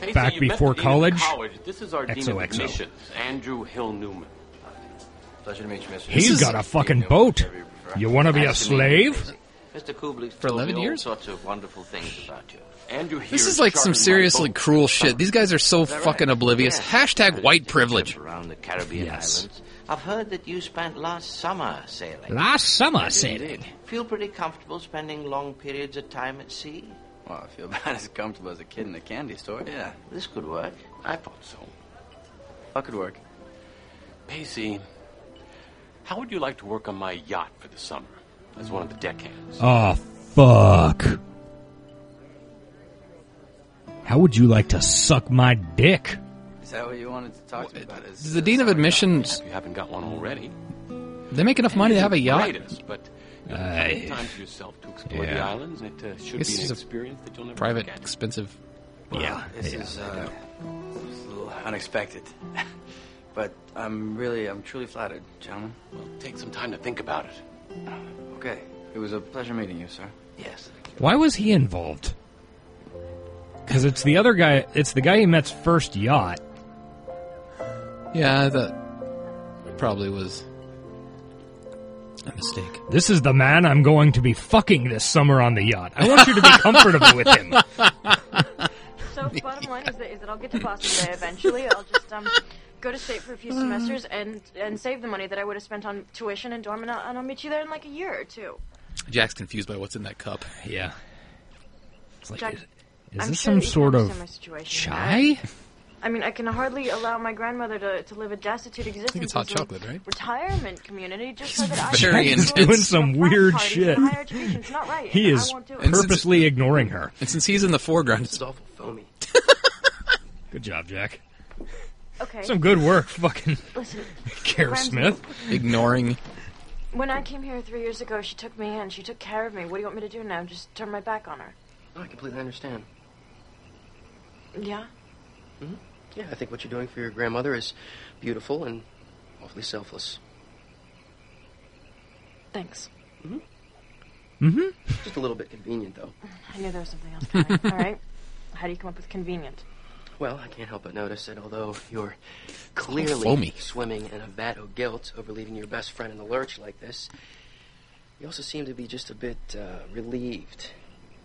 Hey,
Back
so you met the dean
before
of
college?
college. This is our dean of
XOXO.
admissions, Andrew Hill Newman. Pleasure to meet you, Mr.
He's got a fucking boat. You want to be a slave?
Mr. Kublik
For 11
all
years?
sorts of wonderful things about you.
Andrew here
This
is
is like some
chartering my
seriously
boat.
cruel shit. These guys are so
Is that
fucking
right?
oblivious.
Yes.
Hashtag white privilege.
Around the Caribbean
Yes.
islands. I've heard that you spent last summer sailing.
Last summer
I did
sailing.
indeed. Feel pretty comfortable spending long periods of time at sea?
Well, I feel about as comfortable as a kid in a candy store.
Yeah, this could work.
I thought so.
That could work.
Pacey, how would you like to work on my yacht for the summer as one of the deckhands?
Oh, fuck. How would you like to suck my dick?
Is that what you wanted to talk to me about? Is
Does the dean of admissions?
You haven't got one already.
They make enough money to have a yacht.
Greatest, but you
Uh,
have plenty of time for yourself to explore the
yeah.
islands, and it uh, should
This
be
is
an
a
experience that you'll never
Private,
forget.
expensive.
Well,
yeah,
This
yeah.
is uh, this is a little unexpected, but I'm really, I'm truly flattered, gentlemen. Well,
take some time to think about it.
Okay. It was a pleasure meeting you, sir.
Yes.
Why was he involved? Because it's the other guy. It's the guy he met's first yacht.
Yeah, that probably was a mistake.
This is the man I'm going to be fucking this summer on the yacht. I want you to be comfortable with him.
So bottom line is that, is that I'll get to Boston Bay eventually. I'll just um, go to state for a
Mm.
few semesters and and save the money that I would have spent on tuition and dorm, and I'll, and I'll meet you there in like a year or two.
Jack's confused by what's in that cup.
Yeah.
Jack,
Is
I'm
this
sure
some
that you
sort
understand my
of
situation.
chai?
I mean, I can hardly allow my grandmother to, to live a destitute existence.
it's hot
in some
chocolate, right?
Retirement community, just so that
very
I can
intense.
enjoy
Doing some weird
parties
shit.
and higher education. It's not right.
He
and
is
I won't do it.
purposely ignoring her.
And since he's in the foreground, it's awful
foamy.
Good job, Jack.
Okay.
Some good work, fucking
Listen,
Kara
Ramsey,
Smith.
Ignoring.
When I came here three years ago, she took me in. She took care of me. What do you want me to do now? Just turn my back on her?
No, I completely understand.
Yeah.
Yeah, I think what you're doing for your grandmother is beautiful and awfully selfless.
Thanks.
Mm-hmm.
Just a little bit convenient, though.
I knew there was something else coming. All right. How do you come up with convenient?
Well, I can't help but notice that although you're clearly
foamy.
swimming in a vat of guilt over leaving your best friend in the lurch like this, you also seem to be just a bit uh, relieved.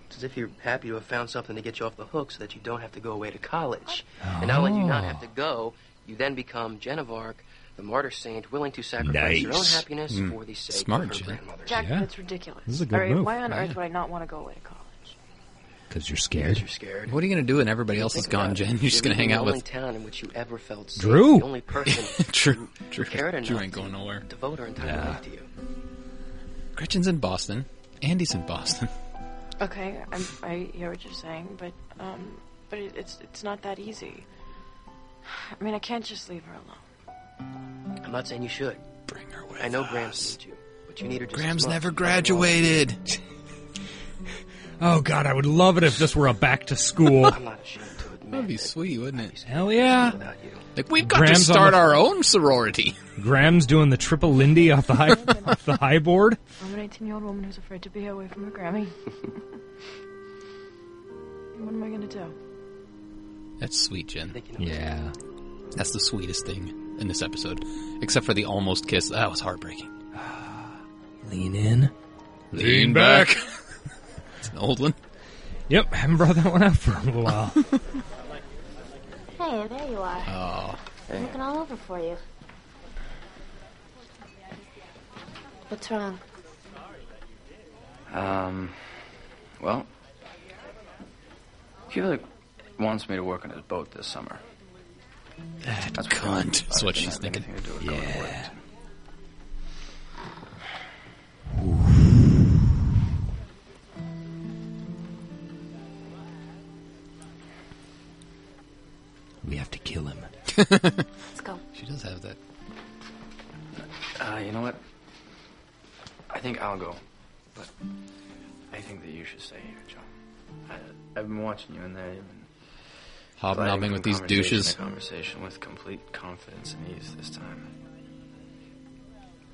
It's as if you're happy to have found something to get you off the hook so that you don't have to go away to college. And not only do you not have to
Oh.
go, you then become Joan of Arc, the martyr saint, willing to sacrifice your own
Nice.
happiness
Mm.
for the sake
Smart,
of her
Jack.
grandmother.
Jack,
Yeah.
that's ridiculous.
This is a good
All right,
move.
Why on
Yeah.
earth would I not want to go away to college?
Because you're scared.
You're scared.
What are you going to do when everybody else is
Think about
gone,
it.
Jen? You're just going to hang
the
out
only
with
town in which you ever felt safe.
Drew?
The only person
Drew.
who
Drew,
cared enough
Drew ain't
to
going nowhere.
Devote her entire
Yeah.
life to you.
Gretchen's in Boston. Andy's in Boston.
Okay, I'm, I hear what you're saying, but um, but it, it's it's not that easy. I mean, I can't just leave her alone.
I'm not saying you should. Bring her with I know Grams needs you, but you need her just
Graham's
as much.
never graduated.
Oh god, I would love it if this were a back to school.
I'm not ashamed to admit.
That'd be sweet, wouldn't it?
Hell yeah.
Without you.
Like we've got
Graham's
to
on
start
the-
our own sorority.
Graham's doing the triple Lindy off the high off the high board.
I'm an 18 year old woman who's afraid to be away from her Grammy. what am I gonna do?
That's sweet, Jen.
Yeah.
That's the sweetest thing in this episode, except for the almost kiss. That was heartbreaking.
Lean in.
Lean back. it's an old one.
Yep, haven't brought that one out for a little while.
Hey, there you are.
Oh.
I'm looking all over for you. What's wrong?
Um, well, Hewlett wants me to work on his boat this summer.
That
That's
cunt. That's what she's
thinking. yeah.
We have to kill him.
Let's go.
She does have that.
Uh, you know what? I think I'll go, but I think that you should stay here, John. I, I've been watching you in there. You've been gliding
Hobnobbing
from
with these
conversation to
douches.
Conversation with complete confidence and ease this time.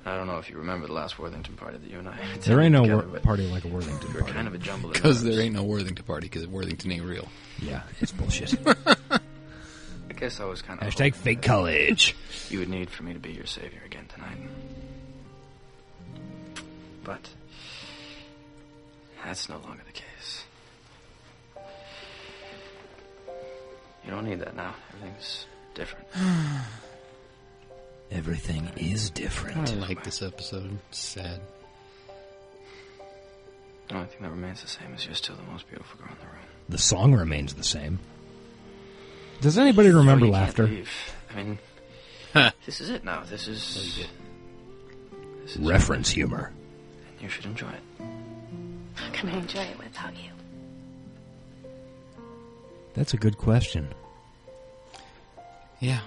I don't know if you remember the last Worthington party that you and I attended
There ain't no
together,
wor-
but
party like a Worthington
we were
party.
kind of a jumble of
Because
nerves.
there ain't no Worthington party, because Worthington ain't real.
Yeah, it's bullshit.
I guess I was kind of
Hashtag fake college.
you would need for me to be your savior again tonight. But that's no longer the case. You don't need that now. Everything's different.
Everything is
I
different.
don't like this episode. It's sad.
The only thing that remains the same is you're still the most beautiful girl in the room.
The song remains the same. Does anybody remember
You can't
laughter?
leave. I mean, this is it now. This is. this is
Reference humor.
it. You should enjoy it.
How can I enjoy it without you?
That's a good question.
Yeah.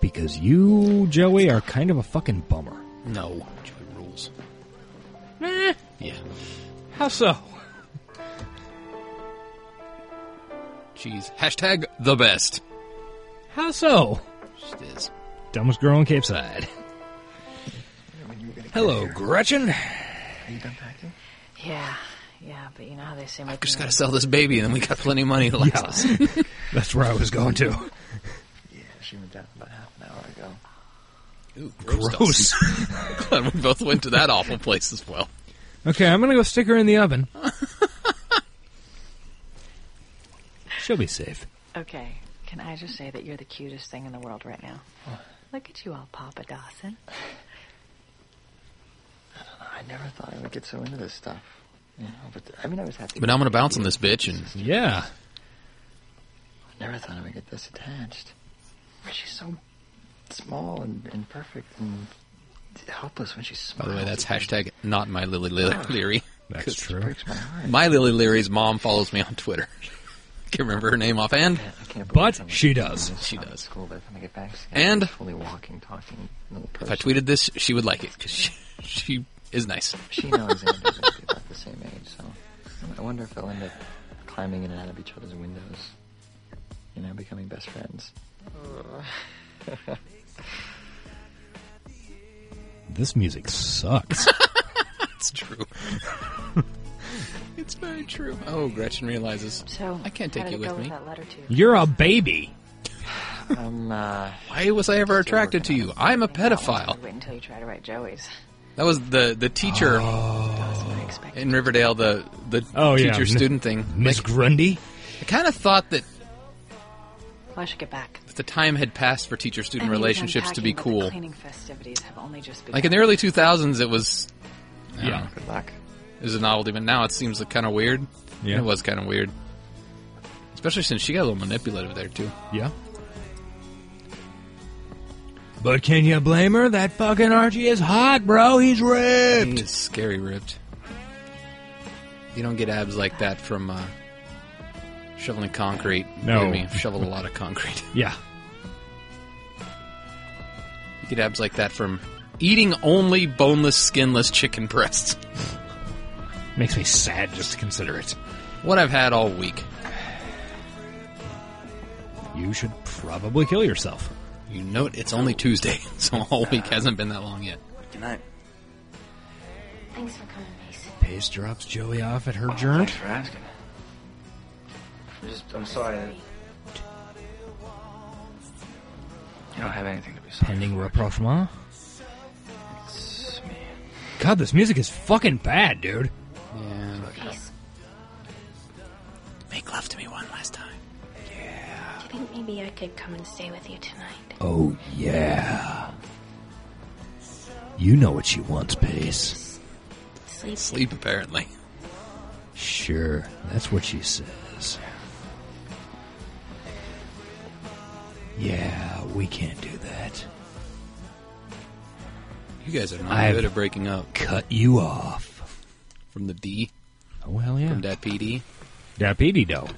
Because you, Joey, are kind of a fucking bummer.
No. Joy rules. Yeah.
How so?
Jeez. Hashtag the best.
How so?
Just is.
Dumbest girl in Cape Side. Hello, Gretchen.
Are you done packing?
Yeah, yeah, but you know how they say. I've
Just gotta sell this baby, and then we got plenty of money to last us.
That's where I was going to.
Yeah, she went down about half an hour ago.
Ooh, gross.
Gross.
Glad we both went to that awful place as well.
Okay, I'm gonna go stick her in the oven. She'll be safe.
Okay, can I just say that you're the cutest thing in the world right now? Look at you all, Papa Dawson.
I never thought I would get so into this stuff. You know, but I mean, I was happy.
But now I'm gonna bounce on this bitch, and
Yeah.
I never thought I would get this attached. She's so small and, and perfect and helpless when she's
By
small.
the way, that's hashtag not my Lily Leary. Leary.
That's true. breaks my heart.
My Lily Leary's mom follows me on Twitter. Can't remember her name offhand,
but she does.
She does.
School, by the time I get back, she's gonna
And
be fully walking, talking, little
if I
person.
tweeted this, she would like it because she, she is nice.
She knows Andrew's gonna be about the same age, so I wonder if they'll end up climbing in and out of each other's windows. You know, becoming best friends.
This music sucks.
It's true. it's very true. Oh, Gretchen realizes.
So
I can't
how
take
did
you
it
with
go
me.
that letter to you?
You're a baby.
um, uh,
Why was I ever attracted to you? I'm a pedophile.
Wait until you try to write Joey's.
That was the the teacher in Riverdale. The the
Oh, yeah.
teacher student thing.
Miss Grundy?
I kind of thought that
Well, I should get back.
the time had passed for teacher student
I needed
relationships to be
unpacking, but The
cool.
cleaning festivities have only just begun.
Like in the early 2000s, it was. I don't
Yeah.
know,
Good luck.
it was a novelty, but now it seems like kind of weird.
Yeah.
It was kind of weird. Especially since she got a little manipulative there, too.
Yeah. But can you blame her? That fucking Archie is hot, bro. He's ripped.
He is scary ripped. You don't get abs like that from uh, shoveling concrete.
No.
Believe me, I've shoveled a lot of concrete.
Yeah.
You get abs like that from eating only boneless, skinless chicken breasts.
Makes me sad just to consider it.
What I've had all week.
You should probably kill yourself.
You note it's only Tuesday, so all week hasn't been that long yet.
Good night.
Thanks for coming, Mason.
Pace drops Joey off at her journey.
Thanks for asking. I'm just, I'm sorry that you don't have anything to be sorry.
Pending rapprochement.
It's me.
God, this music is fucking bad, dude.
Yeah.
Make love to me one last time. Yeah. Do you think maybe I could come and stay with you tonight?
Oh, yeah. You know what she wants, Pace.
Sleep.
Sleep, apparently.
Sure, that's what she says. Yeah, we can't do that.
You guys are not
I've
good at breaking up.
Cut you off.
From the D.
Oh, hell yeah.
From that PD.
Dapidi dough.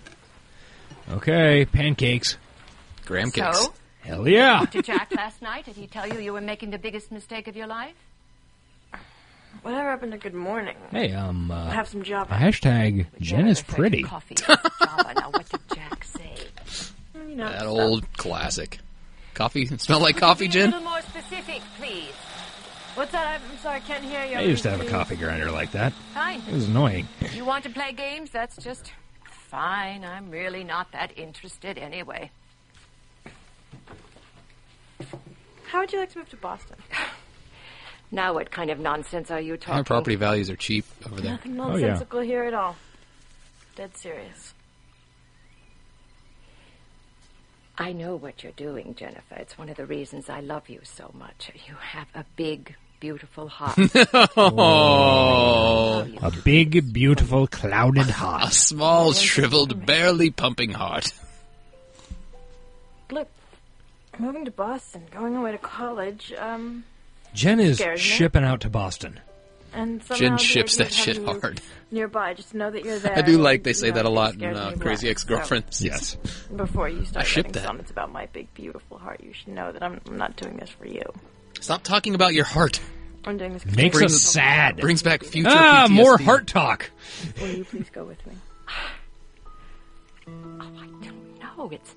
Okay, pancakes.
Graham
cakes. So?
Hell yeah.
to Jack last night? Did he tell you you were making the biggest mistake of your life?
Whatever happened to good morning?
Hey, um, uh,
I have some Java.
Hashtag Jen is pretty.
Coffee. Java. Now, what did Jack say?
You know,
That old classic. Coffee? Smell like coffee,
Be a
Jen?
little more specific, please. What's that? I'm sorry, I can't hear you.
I used to have a coffee grinder like that.
Fine.
It was annoying.
You want to play games? That's just fine. I'm really not that interested anyway.
How would you like to move to Boston?
Now, what kind of nonsense are you talking?
Our property values are cheap over there.
Nothing nonsensical here at all. Dead serious.
I know what you're doing, Jennifer. It's one of the reasons I love you so much. You have a big, beautiful heart.
Oh.
A big, beautiful, clouded heart.
A small, shriveled, barely pumping heart.
Look, moving to Boston, going away to college, um,
Jen is
Scares me.
shipping out to Boston.
and somehow
Jen
the
ships
idea
that
of having
shit
you
hard.
Nearby, just know that you're there.
I do like they
you
say
know,
that a
it
lot in
scares
uh,
me
Crazy
less.
Ex Girlfriends. Yes.
So, before you
I
start
ship
writing
that.
songs about my big, beautiful heart, you should know that I'm, I'm not doing this for you.
Stop talking about your heart.
I'm doing this. 'cause
Makes
I
us
love you.
sad.
Brings back future
Ah,
PTSD.
more heart talk.
Will you please go with me?
no, it's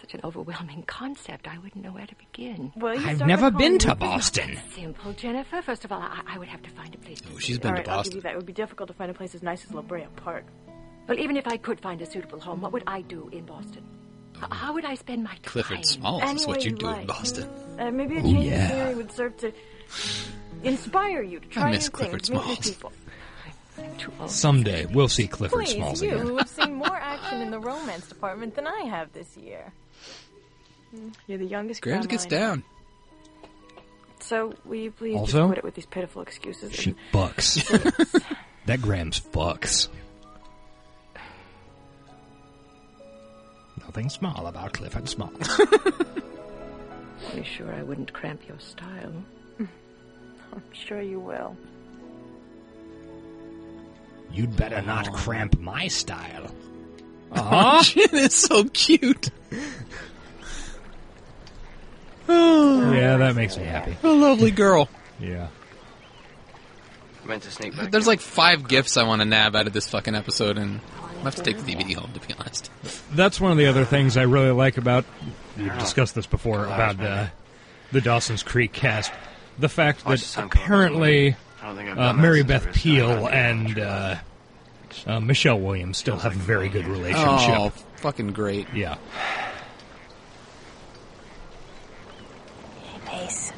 such an overwhelming concept. I wouldn't know where to begin.
Well,
I've never been to Boston.
Simple, Jennifer. First of all, I, I would have to find a place. to
Oh, she's
live.
been
All
to
right, I'll give
Boston.
you that. It would be difficult to find a place as nice as La Brea Park.
Well, even if I could find a suitable home, what would I do in Boston? H- how would I spend my time?
Clifford Smalls is
Any
what
way
you
you
do in
like.
Boston.
Uh, maybe a
Oh,
change of
yeah.
scenery would serve to inspire you to try
miss
new
Clifford
things, meet new
Smalls.
people.
Someday we'll see Clifford
Please,
Smalls
you
again.
who have seen more action in the romance department than I have this year. Mm, You're the youngest.
Grams
grandma
gets
I know.
down.
So will you please
Also-
just quit it with these pitiful excuses?
She bucks. that Graham's bucks. Nothing small about Clifford Smalls.
Are you sure I wouldn't cramp your style?
I'm sure you will.
You'd better not cramp my style.
Uh-huh. it's so cute.
yeah, that makes me happy.
A lovely girl.
Yeah.
I meant to sneak back.
There's like five gifts I want to nab out of this fucking episode, and I'll have to take the DVD home, to be honest.
That's one of the other things I really like about. We've discussed this before about uh, the Dawson's Creek cast. The
Oh,
fact that apparently
I don't think I've
uh,
done that
Mary
since I
Beth
was-
Peel and uh, uh, Michelle Williams still have a very good relationship.
Oh, fucking great.
Yeah.
Ace.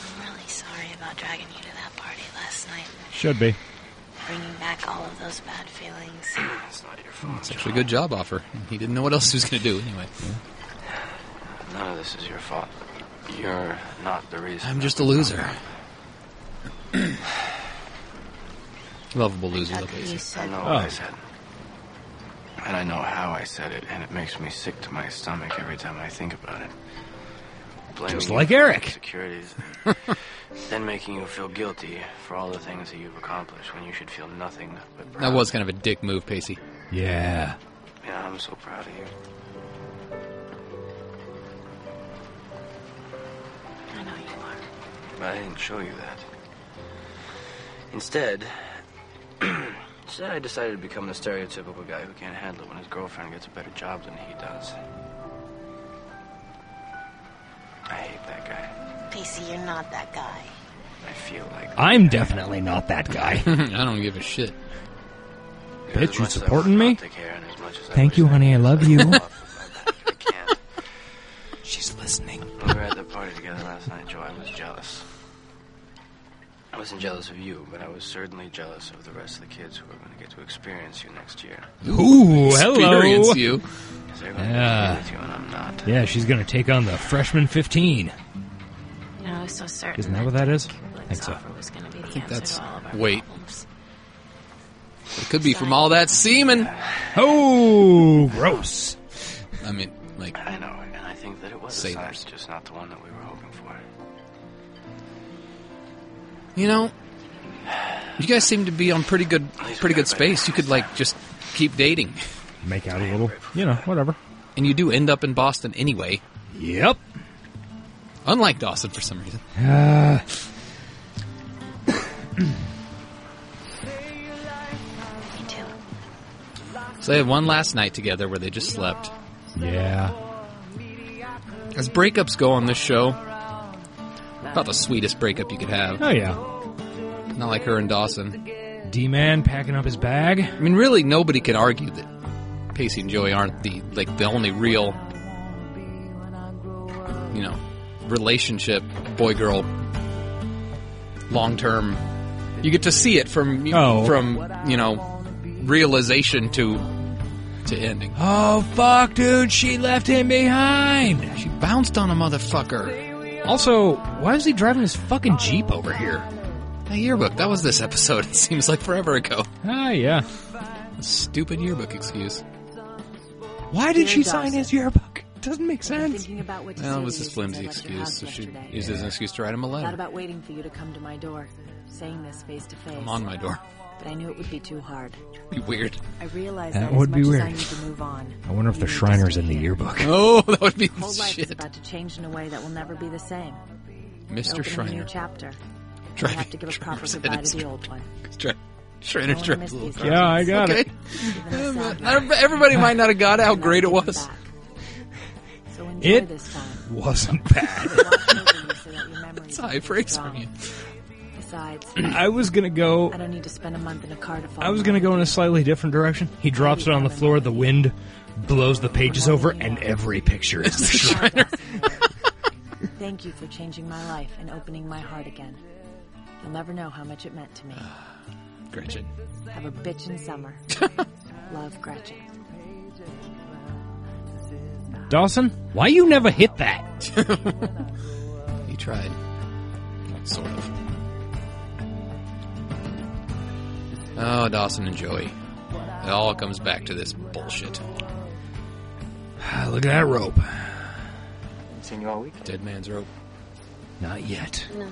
I'm really sorry about dragging you to that party last night,
Should be.
bringing back all of those bad feelings.
It's not your
It's actually a good job offer. He didn't know what else he was going to do anyway.
None of this is your fault. You're not the reason.
I'm just a loser. Lovable loser.
I
Look at you.
know
Oh.
what I said. And I know how I said it, and it makes me sick to my stomach every time I think about it. Blaming
Just
you
like
for
Eric.
Insecurities. then making you feel guilty for all the things that you've accomplished when you should feel nothing but proud.
That was kind of a dick move, Pacey.
Yeah.
Yeah, I'm so proud of you.
I know you are.
But I didn't show you that. Instead, instead I decided to become the stereotypical guy who can't handle it when his girlfriend gets a better job than he does. I hate that guy.
Pacey, you're not that guy.
I feel like
I'm definitely not that guy.
I don't give a shit.
Bitch, you supporting me? Thank you, honey. I love you.
She's listening.
When we were at the party together last night, Joe, I was jealous. I wasn't jealous of you, but I was certainly jealous of the rest of the kids who are going to get to experience you next year.
Ooh, hello.
Experience you.
Yeah. Yeah, she's going to take on the freshman 15.
You know, I was so certain.
Isn't that what that is?
Kubelik's
think so.
offer was going to be the
think
answer
that's-
to all of our
wait.
problems.
It could be from all that semen.
Oh, gross.
I mean, like,
I know, and I think that it was a sign, just not the one that we were hoping for.
you know, you guys seem to be on pretty good, pretty good space. You could like just keep dating,
make out a little, you know, whatever.
and you do end up in Boston anyway.
Yep.
Unlike Dawson, for some reason.
Uh,
Me too.
So they had one last night together where they just slept.
yeah.
As breakups go on this show, about the sweetest breakup you could have.
Oh, yeah.
Not like her and Dawson.
D Man packing up his bag.
I mean, really, nobody can argue that Pacey and Joey aren't the like the only real, you know, relationship boy girl long term. You get to see it from
Oh.
from you know realization to to ending.
Oh, fuck, dude. She left him behind.
She bounced on a motherfucker.
Also, why is he driving his fucking Jeep over here?
That yearbook. That was this episode. It seems like forever ago.
Ah, yeah.
Stupid yearbook excuse.
Why did
Dear
she sign
Dawson.
his yearbook? Doesn't make sense.
Thinking about what to
Well,
say
it was
to you
this
since I
flimsy
left
excuse.
your house
So she
yesterday.
used it as an excuse to write him a
Thought
letter.
about waiting for you to come to my door, saying this face to face.
Come on my door.
But I knew it would be too hard.
Be weird.
I realized
That
that,
would
as
be
much
weird.
As I need to move on.
I wonder if the Shriner's in the yearbook.
Oh, that would be
My whole life is
shit.
about to change in a way that will never be the same.
Mr.
Opening a
Shriner.
new chapter. I
Driving-
have to give a proper
driver's
goodbye
ed
to the
instructor.
old one.
Dr- Shredder
I wanna
drives
miss
a little
these
car.
Yeah, I got
okay.
it.
Even a sad
Not every- Everybody might not have got how great it was.
So enjoy
It
this time.
wasn't bad.
Watch over you so that your memories
It's
will
high
be
praise
strong.
from you.
Besides,
I was gonna go.
I don't need to spend a month in a car to fall.
I was
in
gonna
love
go in a slightly different direction. He drops it on the floor. The wind blows the pages over, and every picture is the Shriner.
with you. Thank you for changing my life and opening my heart again. You'll never know how much it meant to me.
Gretchen.
Have a bitchin' summer. Love, Gretchen.
Dawson, why you never hit that?
He tried. Sort of. Oh, Dawson and Joey. It all comes back to this bullshit.
Look at that rope.
Seen you all week.
Dead man's rope.
Not yet.
No.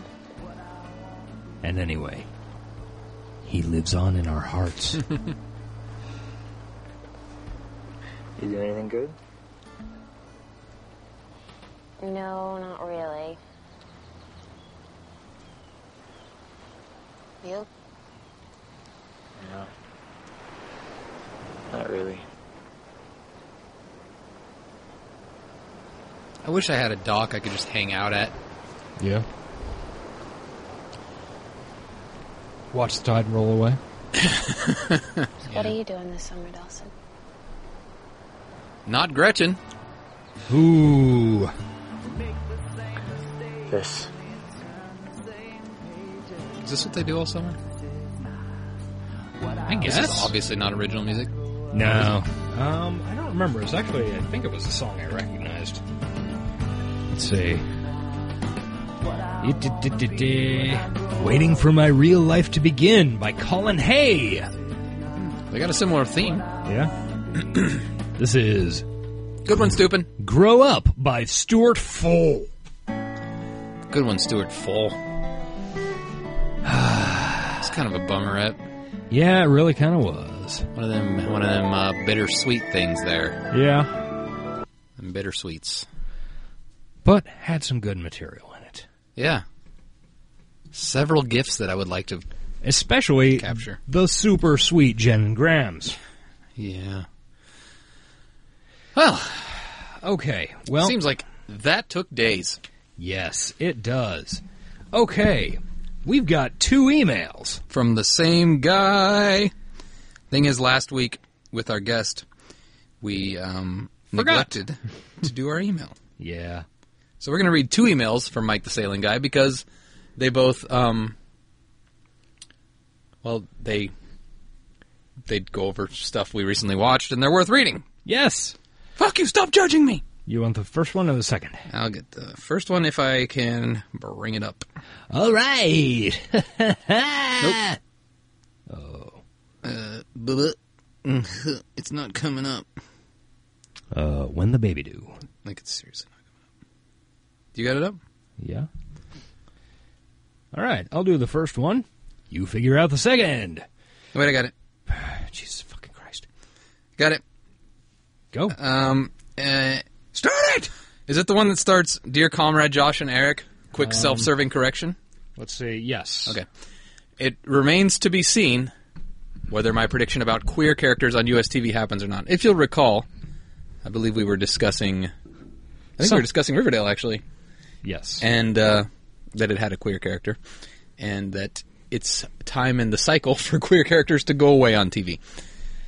And anyway, he lives on in our hearts.
You do anything good?
No, not really. You?
No. Not really.
I wish I had a dock I could just hang out at.
yeah. Watch the tide roll away.
What are you doing this summer, Dawson?
Not Gretchen.
Ooh.
This.
Is this what they do all summer?
I
This is obviously not original music.
No. Um, I don't remember. It's actually, I think it was a song I recognized. Let's see. Waiting for My Real Life to Begin by Colin Hay.
They got a similar theme.
Yeah. this is.
Good one, Stupid.
Grow Up by Stuart Fall.
Good one, Stuart Full. it's kind of a bummer up.
Yeah, it really kind of was.
One of them, one of them uh, bittersweet things there.
Yeah.
Them bittersweets.
But had some good material in it.
Yeah. Several gifts that I would like to.
Especially
Capture.
the super sweet Jen and Grams.
Yeah.
Well, okay. Well,
seems like that took days.
Yes, it does. Okay, we've got two emails.
from the same guy. Thing is, last week with our guest, we um,
Forgot.
neglected to do our email.
Yeah.
So we're going to read two emails from Mike the Sailing Guy because they both, um, well, they they go over stuff we recently watched and they're worth reading.
Yes.
Fuck you! Stop judging me.
You want the first one or the second?
I'll get the first one if I can bring it up.
All right.
Nope. Oh. Uh, bleh. Mm-hmm. it's not coming up.
Uh, when the baby do?
Like it's seriously not coming up. You got it up?
Yeah. All right, I'll do the first one. You figure out the second.
Wait, I got it.
Jesus fucking Christ.
Got it.
Go.
Um. Uh, start it. Is it the one that starts, "Dear comrade Josh and Eric"? Quick
Um,
self-serving correction.
Let's see. Yes.
Okay. It remains to be seen whether my prediction about queer characters on US TV happens or not. If you'll recall, I believe we were discussing. I think we
Some-
were discussing Riverdale actually.
Yes.
and uh, that it had a queer character, and that it's time in the cycle for queer characters to go away on TV.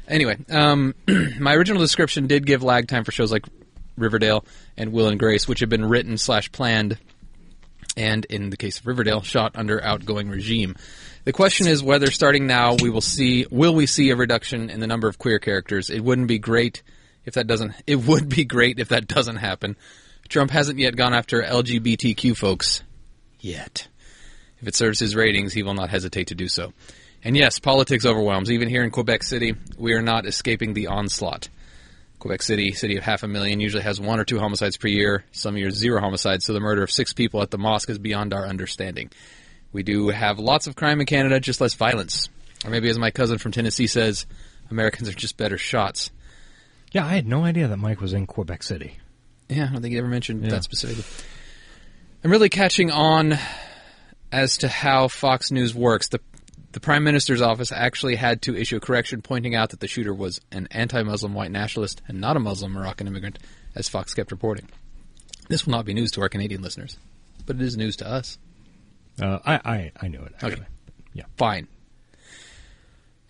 Anyway, um, my original description did give lag time for shows like Riverdale and Will and Grace, which had been written slash planned, and in the case of Riverdale, shot under outgoing regime. The question is whether starting now we will see will we see a reduction in the number of queer characters? It wouldn't be great if that doesn't. It would be great if that doesn't happen. Trump hasn't yet gone after LGBTQ folks. Yet. If it serves his ratings, he will not hesitate to do so. And yes, politics overwhelms. Even here in Quebec City, we are not escaping the onslaught. Quebec City, city of half a million, usually has one or two homicides per year, some years zero homicides, so the murder of six people at the mosque is beyond our understanding. We do have lots of crime in Canada, just less violence. Or maybe, as my cousin from Tennessee says, Americans are just better shots.
Yeah, I had no idea that Mike was in Quebec City.
Yeah, I don't think he ever mentioned
Yeah.
that specifically. I'm really catching on as to how Fox News works. The the Prime Minister's office actually had to issue a correction pointing out that the shooter was an anti-Muslim white nationalist and not a Muslim Moroccan immigrant, as Fox kept reporting. This will not be news to our Canadian listeners, but it is news to us.
Uh, I, I I know it. Actually. Yeah.
Fine.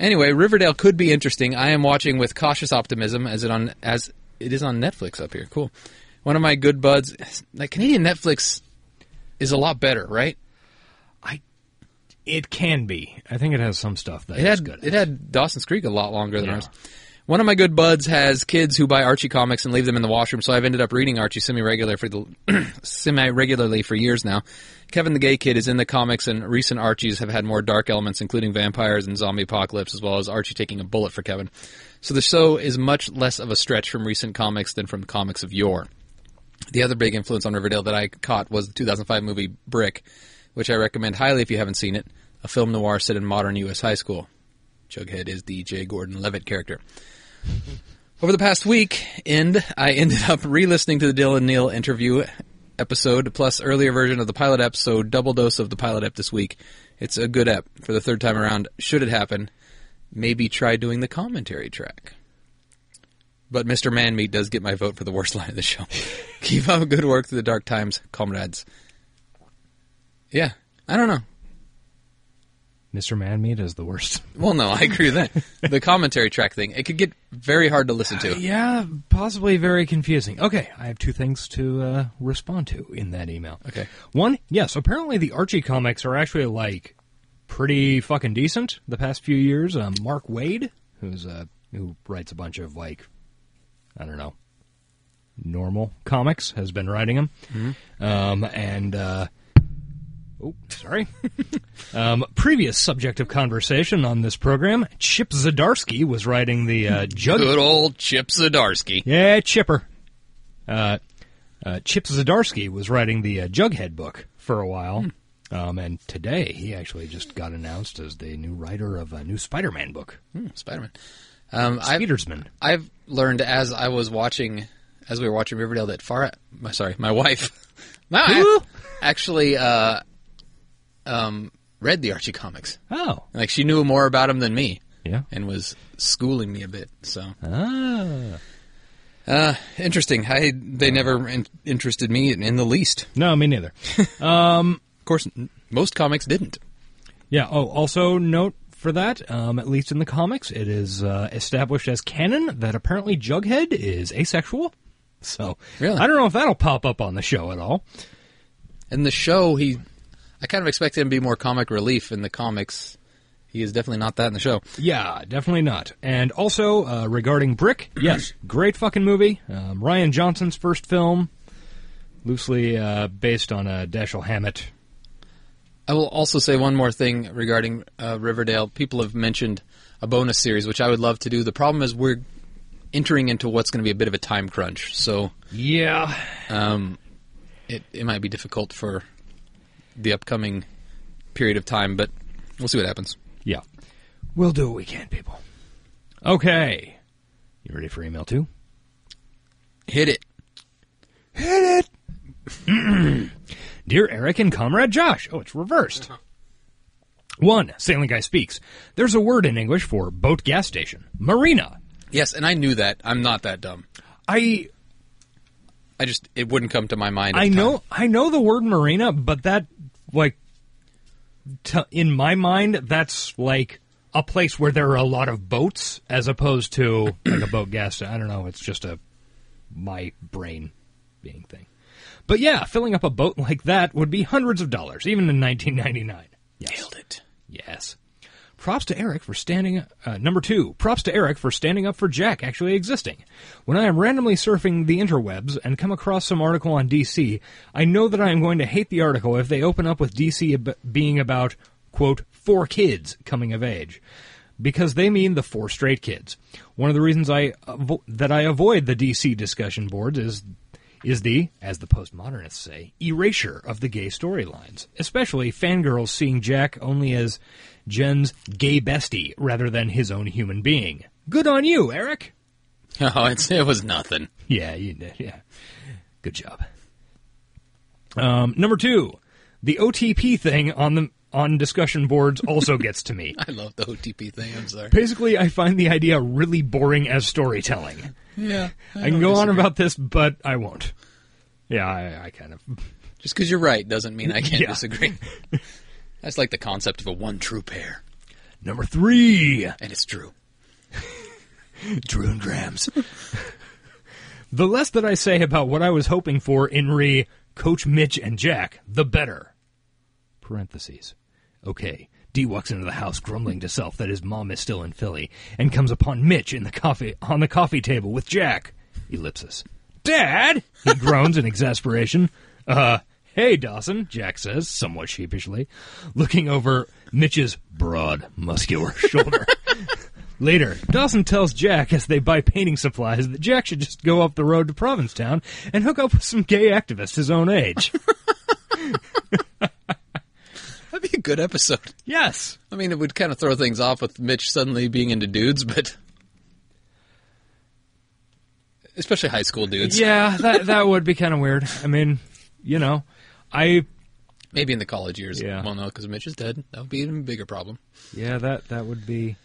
Anyway, Riverdale could be interesting. I am watching with cautious optimism as it on as it is on Netflix up here. Cool. One of my good buds, like Canadian Netflix is a lot better, right?
It can be. I think it has some stuff that
It
is
had
good.
it had Dawson's Creek a lot longer than
Yeah.
ours. One of my good buds has kids who buy Archie comics and leave them in the washroom, so I've ended up reading Archie semi regular for the semi regularly for years now. Kevin the gay kid is in the comics, and recent Archies have had more dark elements, including vampires and zombie apocalypse, as well as Archie taking a bullet for Kevin. So the show is much less of a stretch from recent comics than from comics of yore. The other big influence on Riverdale that I caught was the 2005 movie Brick, which I recommend highly if you haven't seen it, a film noir set in modern U.S. high school. Jughead is the J. Gordon Levitt character. Over the past week, end I ended up re-listening to the Dylan Neal interview episode plus earlier version of the pilot ep, so double dose of the pilot ep this week. It's a good ep for the third time around. Should it happen, maybe try doing the commentary track. But Mr. Manmeat does get my vote for the worst line of the show. Keep up good work through the dark times, comrades. Yeah, I don't know.
Mr. Manmeat is the worst.
Well, no, I agree with that. the commentary track thing, it could get very hard to listen to.
Yeah, possibly very confusing. Okay, I have two things to uh, respond to in that email.
Okay.
One, yes, apparently the Archie comics are actually like pretty fucking decent the past few years. Um, Mark Wade, who's uh, who writes a bunch of like, I don't know, normal comics, has been writing them,
Mm-hmm.
um, and. Uh, Oh, sorry. um, previous subject of conversation on this program, Chip Zdarsky was writing the uh, Jug.
Good old Chip Zdarsky.
Yeah, Chipper. Uh, uh, Chip Zdarsky was writing the uh, Jughead book for a while, um, and today he actually just got announced as the new writer of a new Spider-Man book.
Hmm. Spider-Man. Um, I've-
Petersman.
I've learned as I was watching, as we were watching Riverdale, that far. My sorry, my wife. No, I actually uh, um, read the Archie comics.
Oh,
like she knew more about them than me.
Yeah,
and was schooling me a bit. So
ah,
uh, interesting. I they never in- interested me in, in the least.
No, me neither. um,
of course, n- most comics didn't.
Yeah. Oh, also note for that, um, at least in the comics, it is uh, established as canon that apparently Jughead is asexual. So I don't know if that'll pop up on the show at all.
In the show, he, I kind of expected him to be more comic relief in the comics. He is definitely not that in the show.
Yeah, definitely not. And also uh, regarding Brick, yes, great fucking movie. Um, Ryan Johnson's first film, loosely uh, based on a Dashiell Hammett.
I will also say one more thing regarding uh, Riverdale. People have mentioned a bonus series, which I would love to do. The problem is we're entering into what's going to be a bit of a time crunch, so
yeah,
um, it it might be difficult for the upcoming period of time, but we'll see what happens.
Yeah, we'll do what we can, people. Okay, you ready for email two?
Hit it.
Hit it. Dear Eric and Comrade Josh. Oh, it's reversed. One, Sailing Guy Speaks. There's a word in English for boat gas station. Marina.
Yes, and I knew that. I'm not that dumb.
I e,
I just it wouldn't come to my mind. at
I
the time.
know I know the word marina, but that like t- in my mind that's like a place where there are a lot of boats as opposed to like a boat gas. sta- I don't know, it's just a my brain being thing. But yeah, filling up a boat like that would be hundreds of dollars even in 1999. Yes. Nailed
it.
Yes. Props to Eric for standing. Uh, number two, props to Eric for standing up for Jack actually existing. When I am randomly surfing the interwebs and come across some article on DC, I know that I am going to hate the article if they open up with DC ab- being about quote four kids coming of age, because they mean the four straight kids. One of the reasons I avo- that I avoid the DC discussion boards is is the, as the postmodernists say, erasure of the gay storylines, especially fangirls seeing Jack only as Jen's gay bestie rather than his own human being. Good on you, Eric.
Oh, it's, it was nothing.
Yeah, you did. Yeah. Good job. Um, number two, the OTP thing on the on discussion boards also gets to me.
I love the OTP thing. I'm sorry.
Basically, I find the idea really boring as storytelling.
Yeah,
I, can go on about this, but I won't. Yeah, I, I kind of.
Just because you're right doesn't mean I can't
Yeah.
disagree. That's like the concept of a one true pair,
Number three.
and it's true.
Drew and Grams. the less that I say about what I was hoping for in re Coach Mitch and Jack, the better. Parentheses. Okay. D walks into the house grumbling to self that his mom is still in Philly and comes upon Mitch in the coffee on the coffee table with Jack. Ellipsis. Dad he groans in exasperation. Uh hey Dawson, Jack says, somewhat sheepishly, looking over Mitch's broad muscular shoulder. Later, Dawson tells Jack as they buy painting supplies that Jack should just go up the road to Provincetown and hook up with some gay activists his own age.
That'd be a good episode.
Yes.
I mean, it would kind of throw things off with Mitch suddenly being into dudes, but especially high school dudes.
yeah, that that would be kind of weird. I mean, you know, I
Maybe in the college years. Well, no, because Mitch is dead. That would be an even bigger problem.
yeah that that would be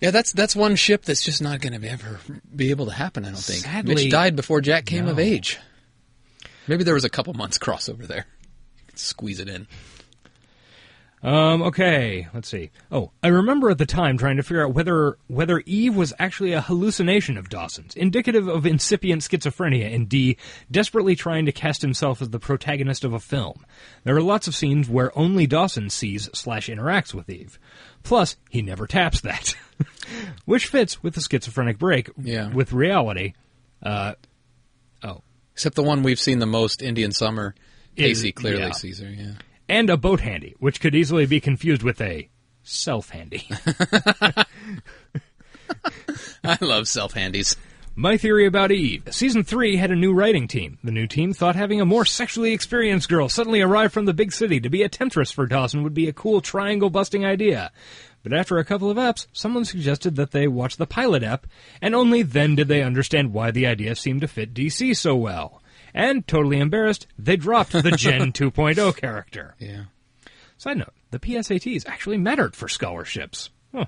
Yeah, that's that's one ship that's just not going to ever be able to happen. I don't think.
Sadly-
Mitch died before Jack came of
No.
age. Maybe there was a couple months crossover there. You could squeeze it in.
Um, okay, let's see. Oh, I remember at the time trying to figure out whether whether Eve was actually a hallucination of Dawson's, indicative of incipient schizophrenia, and D desperately trying to cast himself as the protagonist of a film. There are lots of scenes where only Dawson sees slash interacts with Eve. Plus, he never taps that, which fits with the schizophrenic break
Yeah.
with reality. Uh, oh,
except the one we've seen the most, Indian Summer.
Is-
Casey clearly
yeah.
sees her. Yeah.
and a boat handy, which could easily be confused with a self handy.
I love self handies.
My theory about Eve. Season 3 had a new writing team. The new team thought having a more sexually experienced girl suddenly arrive from the big city to be a temptress for Dawson would be a cool triangle busting idea. But after a couple of eps, someone suggested that they watch the pilot ep, and only then did they understand why the idea seemed to fit DC so well. And, totally embarrassed, they dropped the Gen 2.0 character.
Yeah.
Side note, the PSATs actually mattered for scholarships. Huh.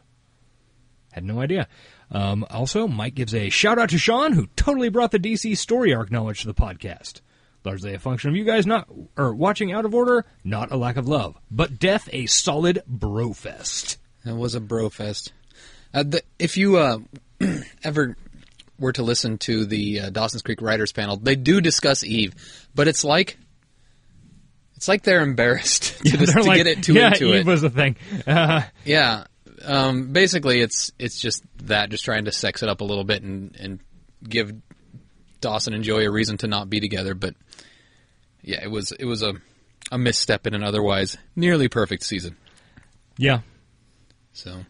Had no idea. Um, also, Mike gives a shout out to Sean, who totally brought the DC story arc knowledge to the podcast. Largely a function of you guys not or watching out of order, not a lack of love, but death a solid bro fest.
That was a bro fest. Uh, the, if you uh, ever were to listen to the uh, Dawson's Creek writers panel, they do discuss Eve, but it's like it's like they're embarrassed to, dis-
They're
to
like,
get it too
yeah,
into
Eve
it.
was the thing. Uh,
yeah. Um, basically, it's it's just that, just trying to sex it up a little bit and and give Dawson and Joey a reason to not be together. But yeah, it was it was a a misstep in an otherwise nearly perfect season.
yeah,
So,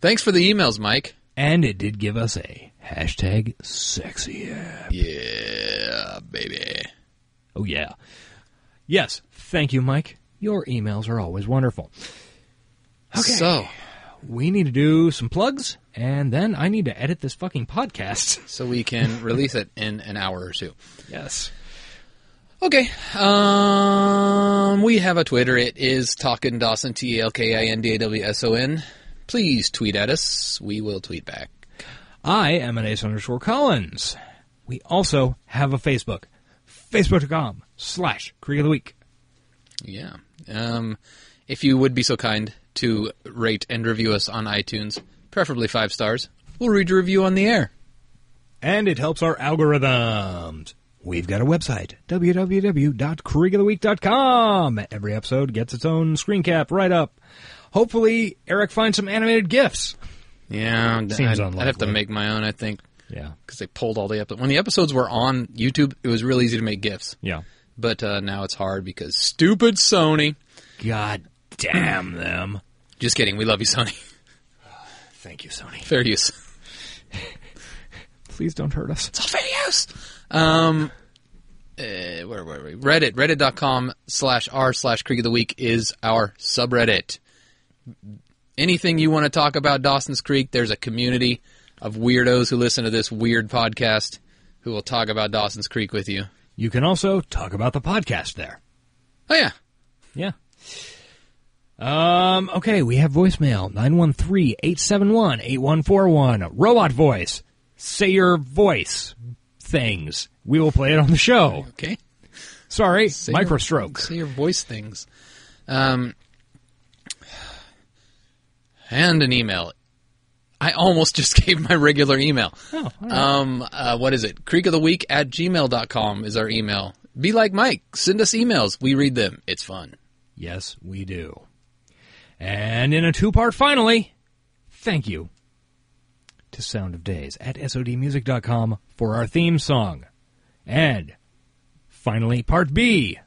thanks for the emails, Mike.
and it did give us a hashtag sexy app.
Yeah, baby.
Oh yeah. Yes, thank you, Mike. Your emails are always wonderful. Okay.
So,
we need to do some plugs, and then I need to edit this fucking podcast.
So we can release it in an hour or two.
Yes.
Okay. Um, we have a Twitter. It is Talkin' Dawson, T A L K I N D A W S O N. Please tweet at us. We will tweet back.
I am an ace underscore Collins. We also have a Facebook. Facebook.com slash Creek of the Week.
Yeah. Um, if you would be so kind to rate and review us on iTunes, preferably five stars, we'll read your review on the air.
And it helps our algorithms. We've got a website, www.creekoftheweek.com. Every episode gets its own screen cap right up. Hopefully, Eric finds some animated GIFs.
Yeah, I'd,
Seems
I'd have to
unlikely.
make my own. I think.
Yeah,
because they pulled all the episodes. When the episodes were on YouTube, it was real easy to make gifs.
Yeah,
but uh, now it's hard because stupid Sony.
God damn them!
Just kidding. We love you, Sony.
Thank you, Sony.
Fair use.
Please don't hurt us. It's
all fair use. Um, uh, where were we? Reddit. Reddit.com slash r slash Creek of the Week is our subreddit. Anything you want to talk about Dawson's Creek, there's a community of weirdos who listen to this weird podcast who will talk about Dawson's Creek with you.
You can also talk about the podcast there.
Oh, yeah.
Yeah. Um, okay, we have voicemail 913-871-8141. Robot voice. Say your voice things. We will play it on the show.
Okay.
Sorry,
Say your-
microstroke.
Say your voice things. Um, and an email. I almost just gave my regular email.
Oh, all right.
um, uh, what is it? Creek of the Week at gmail.com is our email. Be like Mike. Send us emails. We read them. It's fun.
Yes, we do. And in a two-part finally, thank you to Sound of Days at sodmusic.com for our theme song. And finally, part B.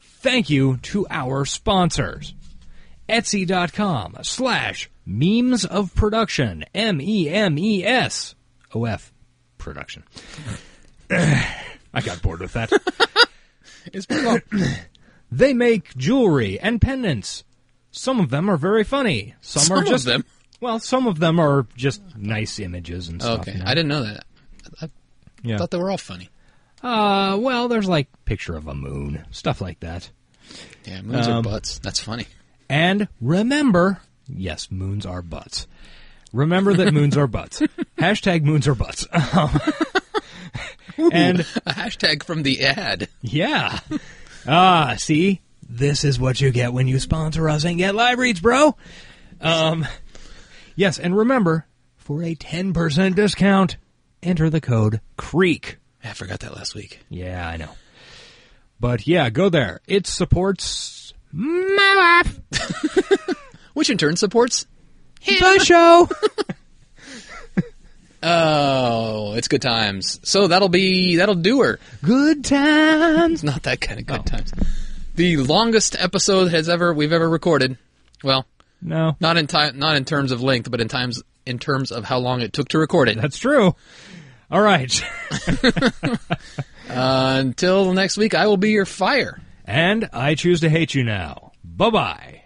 Thank you to our sponsors. Etsy.com slash Memes of Production, M E M E S O F Production. I got bored with that. it's pretty long. they make jewelry and pendants. Some of them are very funny. Some,
Some
are
of
just
them?
Well, some of them are just nice images and stuff.
okay,
you know?
I didn't know that. I, I
Yeah.
thought they were all funny.
Uh, well, there's like picture of a moon, stuff like that.
Yeah, moons
Um,
are butts. That's funny.
And remember, yes, moons are butts. Remember that moons are butts. Hashtag moons are butts. Um, and
a hashtag from the ad.
yeah, ah, see, this is what you get when you sponsor us and get live reads, bro. Um, yes, and remember, for a ten percent discount, enter the code Creek.
I forgot that last week.
Yeah, I know. But yeah, go there. It supports my wife.
Which in turn supports
the show.
Oh, it's good times. So that'll be that'll do her.
Good times.
Not that kind of good times. The longest episode has ever we've ever recorded. Well,
no,
not in time, not in terms of length, but in times in terms of how long it took to record it.
That's true. All right.
until next week, I will be your fire.
And I choose to hate you now. Bye bye.